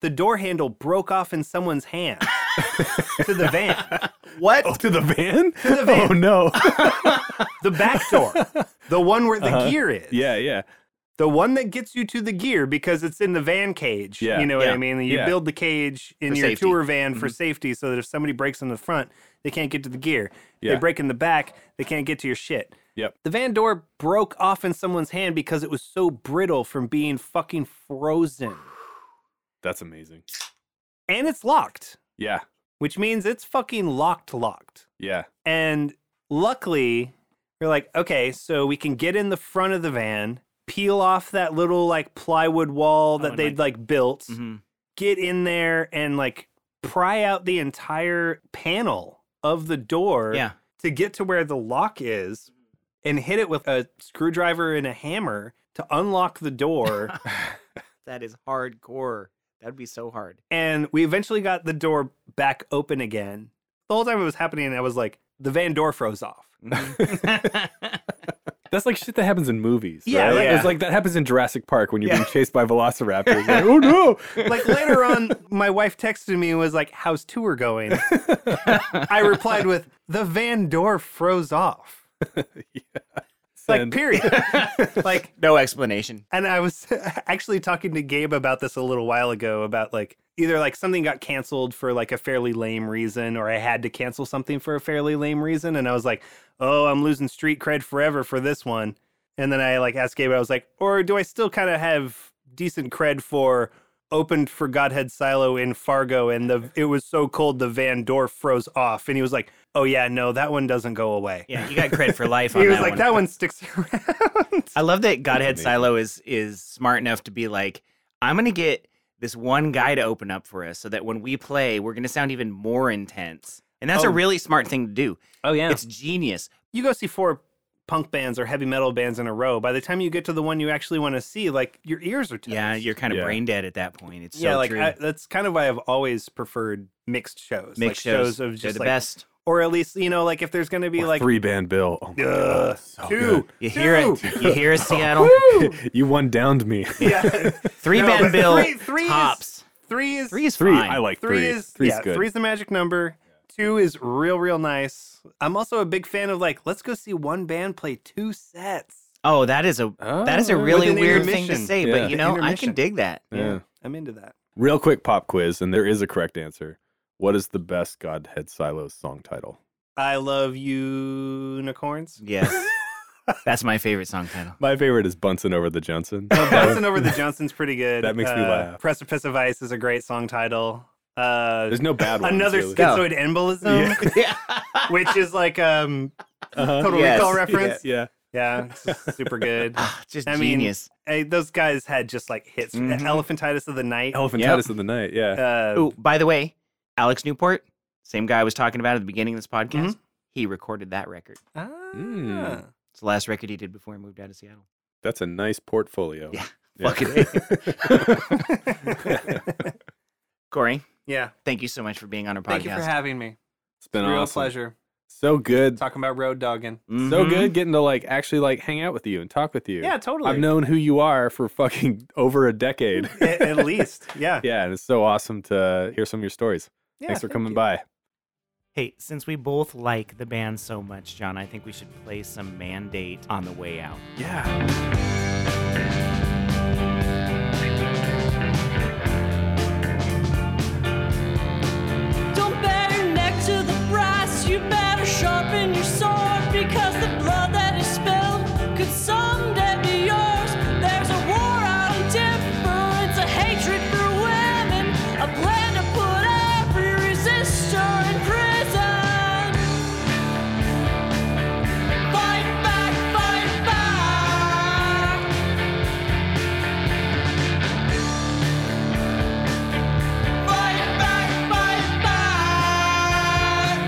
Speaker 5: The door handle broke off in someone's hand to the van,
Speaker 3: what?
Speaker 2: Oh, to the van?
Speaker 5: the van.
Speaker 2: Oh no.
Speaker 5: the back door, the one where the
Speaker 2: Uh-huh.
Speaker 5: gear is.
Speaker 2: yeah, yeah.
Speaker 5: the one that gets you to the gear because it's in the van cage.
Speaker 2: Yeah,
Speaker 5: you know what
Speaker 3: yeah,
Speaker 5: I mean. You
Speaker 2: yeah. Mm-hmm.
Speaker 5: build the cage in
Speaker 3: For
Speaker 5: your
Speaker 3: safety.
Speaker 5: tour van for safety, so that if somebody breaks in the front, they can't get to the gear.
Speaker 2: Yeah.
Speaker 5: They break in the back, they can't get to your shit.
Speaker 2: Yep.
Speaker 5: The van door broke off in someone's hand because it was so brittle from being fucking frozen,
Speaker 2: That's amazing.
Speaker 5: and it's locked,
Speaker 2: Yeah.
Speaker 5: which means it's fucking locked, locked.
Speaker 2: Yeah.
Speaker 5: And luckily, we're like, okay, so we can get in the front of the van, peel off that little like plywood wall that
Speaker 8: and,
Speaker 5: they'd like, built,
Speaker 3: Mhm.
Speaker 5: get in there and like pry out the entire panel of the door
Speaker 3: Yeah.
Speaker 5: to get to where the lock is and hit it with a screwdriver and a hammer to unlock the door.
Speaker 3: That is hardcore. That'd be so hard.
Speaker 5: and we eventually got the door back open again. The whole time it was happening, I was like, the van door froze off.
Speaker 2: That's like shit that happens in movies.
Speaker 5: Yeah,
Speaker 2: right? Like,
Speaker 5: yeah.
Speaker 2: It's like that happens in Jurassic Park when you're being chased by velociraptors. Like, oh no.
Speaker 5: like later on, my wife texted me and was like, How's tour going? I replied with, The van door froze off. Like,
Speaker 2: Send.
Speaker 5: period. like,
Speaker 3: No explanation.
Speaker 5: and I was actually talking to Gabe about this a little while ago about like either like something got canceled for like a fairly lame reason or I had to cancel something for a fairly lame reason. And I was like, oh, I'm losing street cred forever for this one. And then I like asked Gabe, I was like, or do I still kind of have decent cred for opened for Godhead Silo in Fargo and the it was so cold the van door froze off? And he was like, oh, yeah, no, that one doesn't go away.
Speaker 3: Yeah, you got credit for life on
Speaker 5: He was
Speaker 3: that
Speaker 5: like,
Speaker 3: one.
Speaker 5: that one sticks around.
Speaker 3: I love that Godhead
Speaker 2: amazing.
Speaker 3: Silo is is smart enough to be like, I'm gonna get this one guy to open up for us so that when we play, we're gonna sound even more intense. And that's a
Speaker 5: Oh.
Speaker 3: really smart thing to do.
Speaker 5: Oh, yeah.
Speaker 3: It's genius.
Speaker 5: you go see four punk bands or heavy metal bands in a row. By the time you get to the one you actually want to see, like your ears are tense.
Speaker 3: Yeah, you're kind of
Speaker 2: Yeah.
Speaker 3: brain dead at that point. It's
Speaker 5: yeah,
Speaker 3: so
Speaker 5: like
Speaker 3: true.
Speaker 5: I, that's kind of why I've always preferred mixed shows. like
Speaker 3: Mixed shows,
Speaker 5: of
Speaker 3: they're
Speaker 5: just
Speaker 3: the
Speaker 5: like,
Speaker 3: best.
Speaker 5: or at least you know, like if there's going to be
Speaker 2: Or
Speaker 5: like
Speaker 2: three band bill. Oh my
Speaker 5: uh,
Speaker 2: god. So
Speaker 5: two,
Speaker 3: You hear it. You hear it, Seattle.
Speaker 2: good. you one downed me.
Speaker 5: yeah,
Speaker 3: Three
Speaker 5: No,
Speaker 3: band
Speaker 5: but
Speaker 3: bill
Speaker 5: three- three is-
Speaker 3: tops.
Speaker 5: three is
Speaker 3: three is
Speaker 2: Three.
Speaker 3: fine.
Speaker 2: I like
Speaker 5: three,
Speaker 2: three.
Speaker 5: is
Speaker 2: Three's
Speaker 5: yeah,
Speaker 2: good.
Speaker 5: three's the magic number. Two is real, real nice. I'm also a big fan of like, let's go see one band play two sets.
Speaker 3: oh, that is a that is a
Speaker 2: Oh,
Speaker 3: really
Speaker 5: with an
Speaker 3: weird thing to
Speaker 5: intermission.
Speaker 3: say,
Speaker 2: Yeah.
Speaker 3: but you
Speaker 5: The
Speaker 3: know I can
Speaker 5: intermission.
Speaker 3: dig that.
Speaker 2: Yeah.
Speaker 5: I'm into that.
Speaker 2: Real quick pop quiz, and there is a correct answer. What is the best Godhead Silos song title?
Speaker 5: I love unicorns.
Speaker 4: Yes. That's my favorite song title.
Speaker 2: My favorite is Bunsen over the Johnson.
Speaker 5: Bouncing Oh, over the Johnsons pretty good. Uh,
Speaker 2: That makes me laugh.
Speaker 5: Precipice of Ice is a great song title. Uh,
Speaker 2: There's no bad ones.
Speaker 5: another
Speaker 2: really.
Speaker 5: schizoid embolism,
Speaker 4: Yeah.
Speaker 5: which is like um
Speaker 2: Uh-huh.
Speaker 5: total
Speaker 4: Yes.
Speaker 5: recall reference.
Speaker 9: Yeah.
Speaker 5: Yeah, it's just super good.
Speaker 4: Ah, Just
Speaker 5: I mean,
Speaker 4: genius.
Speaker 5: Hey, those guys had just like hits. E-,
Speaker 4: Mhm.
Speaker 5: Elephantitis of the Night.
Speaker 2: Mm-hmm. Elephantitis of the night. Yeah.
Speaker 5: Uh,
Speaker 4: oh, by the way, Alex Newport, same guy I was talking about at the beginning of this podcast,
Speaker 5: Mm-hmm.
Speaker 4: he recorded that record.
Speaker 5: ah.
Speaker 2: Mm.
Speaker 4: It's the last record he did before he moved out of Seattle.
Speaker 2: That's a nice portfolio.
Speaker 4: Yeah.
Speaker 2: Yeah.
Speaker 4: Fucking Corey,
Speaker 5: yeah.
Speaker 4: thank you so much for being on our podcast.
Speaker 5: Thank you for having me.
Speaker 2: It's been
Speaker 5: Real
Speaker 2: awesome. Mm-hmm.
Speaker 5: pleasure
Speaker 2: So good.
Speaker 5: talking about road dogging.
Speaker 2: So
Speaker 4: Mhm.
Speaker 2: good getting to like actually like hang out with you and talk with you.
Speaker 5: Yeah, totally.
Speaker 2: I've known who you are for fucking over a decade.
Speaker 5: at, at least, yeah.
Speaker 2: yeah, and it's so awesome to hear some of your stories.
Speaker 5: Yeah,
Speaker 2: Thanks for
Speaker 5: thank
Speaker 2: coming
Speaker 5: you.
Speaker 2: by.
Speaker 3: Hey, since we both like the band so much, John, I think we should play some Mandate on the way out.
Speaker 2: Yeah.
Speaker 10: Don't bet your neck to the brass. You better sharpen your sword because the blood that is spilled could someday be yours. There's a war out on difference, a hatred for women, a plan to put every resistor in prison. Fight back, fight back. Fight back, fight back.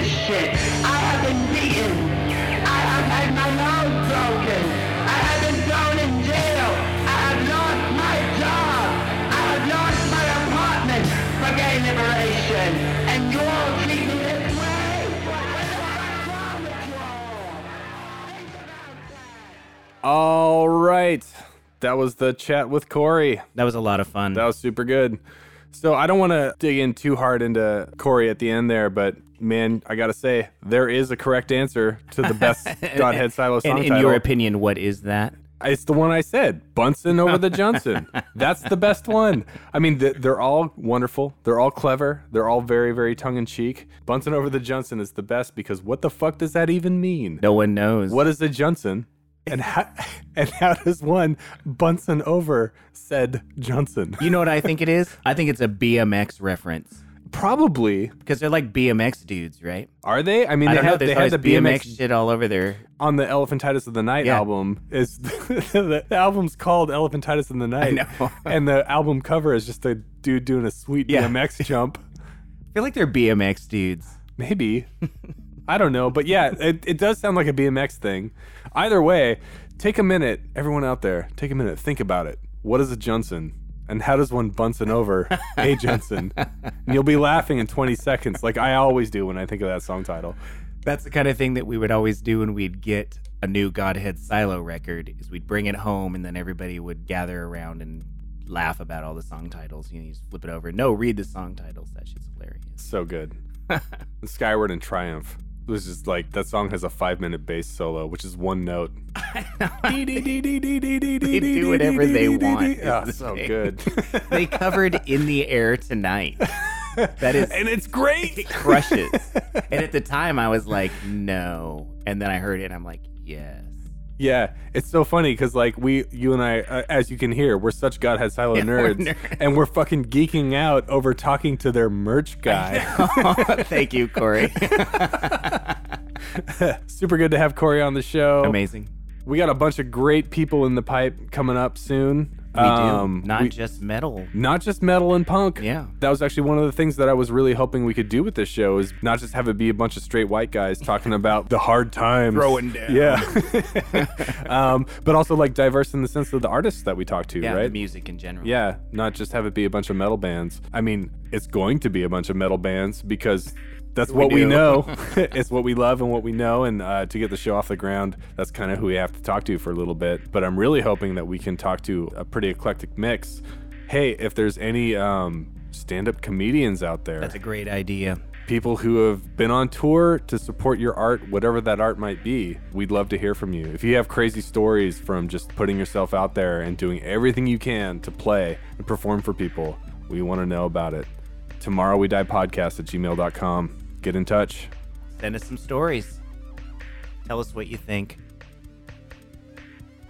Speaker 11: Shit. I have been beaten. I have had my nose broken. I have been thrown in jail. I have lost my job. I have lost my apartment for gay liberation. And you all treat me this way? What's wrong with you all? Think about that.
Speaker 2: All right. That was the chat with Corey.
Speaker 3: That was a lot of fun.
Speaker 2: That was super good. So I don't want to dig in too hard into Corey at the end there, but man, I gotta say there is a correct answer to the best Godhead Silo song
Speaker 3: and in
Speaker 2: title.
Speaker 3: your opinion, what is that?
Speaker 2: It's the one I said, Bunsen over the Johnson. That's the best one. I mean, th- they're all wonderful. They're all clever. They're all very, very tongue in cheek. Bunsen over the Johnson is the best because what the fuck does that even mean?
Speaker 3: No one knows.
Speaker 2: What is a Johnson? And how, and how does one Bunsen over said Johnson?
Speaker 3: You know what I think it is? I think it's a BMX reference
Speaker 2: Probably.
Speaker 3: because they're like BMX dudes, right?
Speaker 2: Are they? I mean,
Speaker 3: I
Speaker 2: they,
Speaker 3: don't know.
Speaker 2: have,
Speaker 3: There's
Speaker 2: they had
Speaker 3: always
Speaker 2: the
Speaker 3: BMX,
Speaker 2: BMX,
Speaker 3: shit all over there.
Speaker 2: on the Elephantitis of the Night
Speaker 3: Yeah.
Speaker 2: album. Is the, album's called Elephantitis of the Night?
Speaker 3: know.
Speaker 2: and the album cover is just a dude doing a sweet
Speaker 3: Yeah.
Speaker 2: BMX jump.
Speaker 3: I feel like they're BMX dudes.
Speaker 2: Maybe. I don't know. But yeah, it, it does sound like a BMX thing. Either way, take a minute, everyone out there, take a minute, think about it. What is a Johnson? And how does one Bunsen over a Johnson? And you'll be laughing in 20 seconds, like I always do when I think of that song title.
Speaker 3: That's the kind of thing that we would always do when we'd get a new Godhead Silo record. Is we'd bring it home and then everybody would gather around and laugh about all the song titles. You know, you just flip it over. No, read the song titles. That shit's hilarious.
Speaker 2: So good. Skyward and Triumph was just like that song has a five minute bass solo, which is one note. they
Speaker 3: They do whatever they want, is
Speaker 2: Oh,
Speaker 3: the
Speaker 2: so
Speaker 3: thing.
Speaker 2: good.
Speaker 3: they covered in the air tonight. That is
Speaker 2: and it's great.
Speaker 3: crushes. and at the time, I was like, no. And then I heard it, and I'm like, yes.
Speaker 2: Yeah, it's so funny because like we, you and I, uh, as you can hear, we're such Godhead Silo
Speaker 3: Yeah, we're
Speaker 2: nerds,
Speaker 3: nerds.
Speaker 2: and we're fucking geeking out over talking to their merch guy.
Speaker 3: Thank you, Corey.
Speaker 2: Super good to have Corey on the show.
Speaker 3: Amazing.
Speaker 2: We got a bunch of great people in the pipe coming up soon.
Speaker 5: We
Speaker 2: Um,
Speaker 5: do. Not
Speaker 2: we-
Speaker 5: just metal.
Speaker 2: not just metal and punk.
Speaker 5: Yeah.
Speaker 2: That was actually one of the things that I was really hoping we could do with this show is not just have it be a bunch of straight white guys talking about the hard times.
Speaker 5: Throwing down.
Speaker 2: Yeah. um, but also like diverse in the sense of the artists that we talk to,
Speaker 5: Yeah, the
Speaker 2: right?
Speaker 5: music in general.
Speaker 2: Yeah, not just have it be a bunch of metal bands. I mean, it's going to be a bunch of metal bands because that's what we
Speaker 5: do.
Speaker 2: know. it's what we love and what we know. And uh, to get the show off the ground, that's kind of who we have to talk to for a little bit. But I'm really hoping that we can talk to a pretty eclectic mix. Hey, if there's any um, stand up comedians out there,
Speaker 5: That's a great idea.
Speaker 2: people who have been on tour to support your art, whatever that art might be. We'd love to hear from you. If you have crazy stories from just putting yourself out there and doing everything you can to play and perform for people, we want to know about it. Tomorrow we die podcast at gmail.com. Get in touch.
Speaker 5: Send us some stories. Tell us what you think.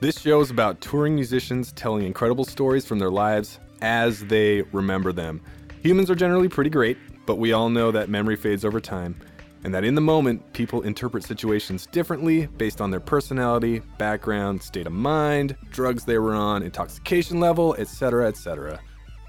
Speaker 2: This show is about touring musicians telling incredible stories from their lives as they remember them. Humans are generally pretty great, but we all know that memory fades over time, and that in the moment, people interpret situations differently based on their personality, background, state of mind, drugs they were on, intoxication level, etc., etc.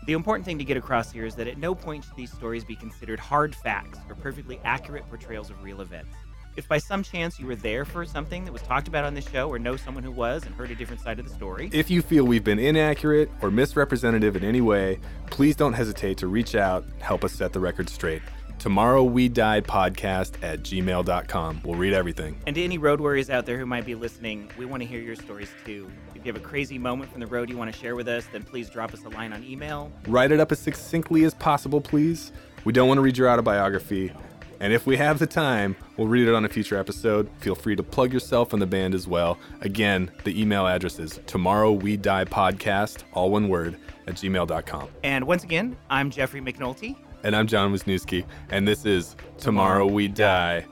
Speaker 3: The important thing to get across here is that at no point should these stories be considered hard facts or perfectly accurate portrayals of real events. If by some chance you were there for something that was talked about on this show or know someone who was and heard a different side of the story,
Speaker 2: If you feel we've been inaccurate or misrepresentative in any way, please don't hesitate to reach out and help us set the record straight. Tomorrow we died podcast at gmail.com. We'll read everything.
Speaker 3: and to any road warriors out there who might be listening, we want to hear your stories too. If you have a crazy moment from the road you want to share with us, then please drop us a line on email.
Speaker 2: Write it up as succinctly as possible, please. We don't want to read your autobiography. And if we have the time, we'll read it on a future episode. Feel free to plug yourself and the band as well. Again, the email address is tomorrow we die podcast, all one word, at gmail.com.
Speaker 3: And once again, I'm Jeffrey McNulty.
Speaker 2: And I'm John Wisniewski, and this is Tomorrow We Die.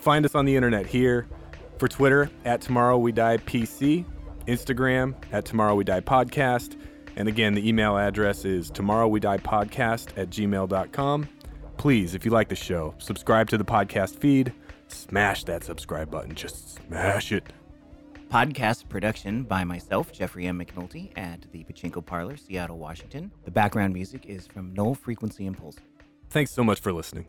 Speaker 2: Find us on the internet here for Twitter at Tomorrow We Die PC, Instagram at Tomorrow We Die Podcast. And again, the email address is tomorrow we die podcast at gmail.com. Please, if you like the show, subscribe to the podcast feed. Smash that subscribe button. Just smash it.
Speaker 3: podcast production by myself, Jeffrey M. McNulty, at the Pachinko Parlor, Seattle, Washington. The background music is from Null Frequency Impulse.
Speaker 2: Thanks so much for listening.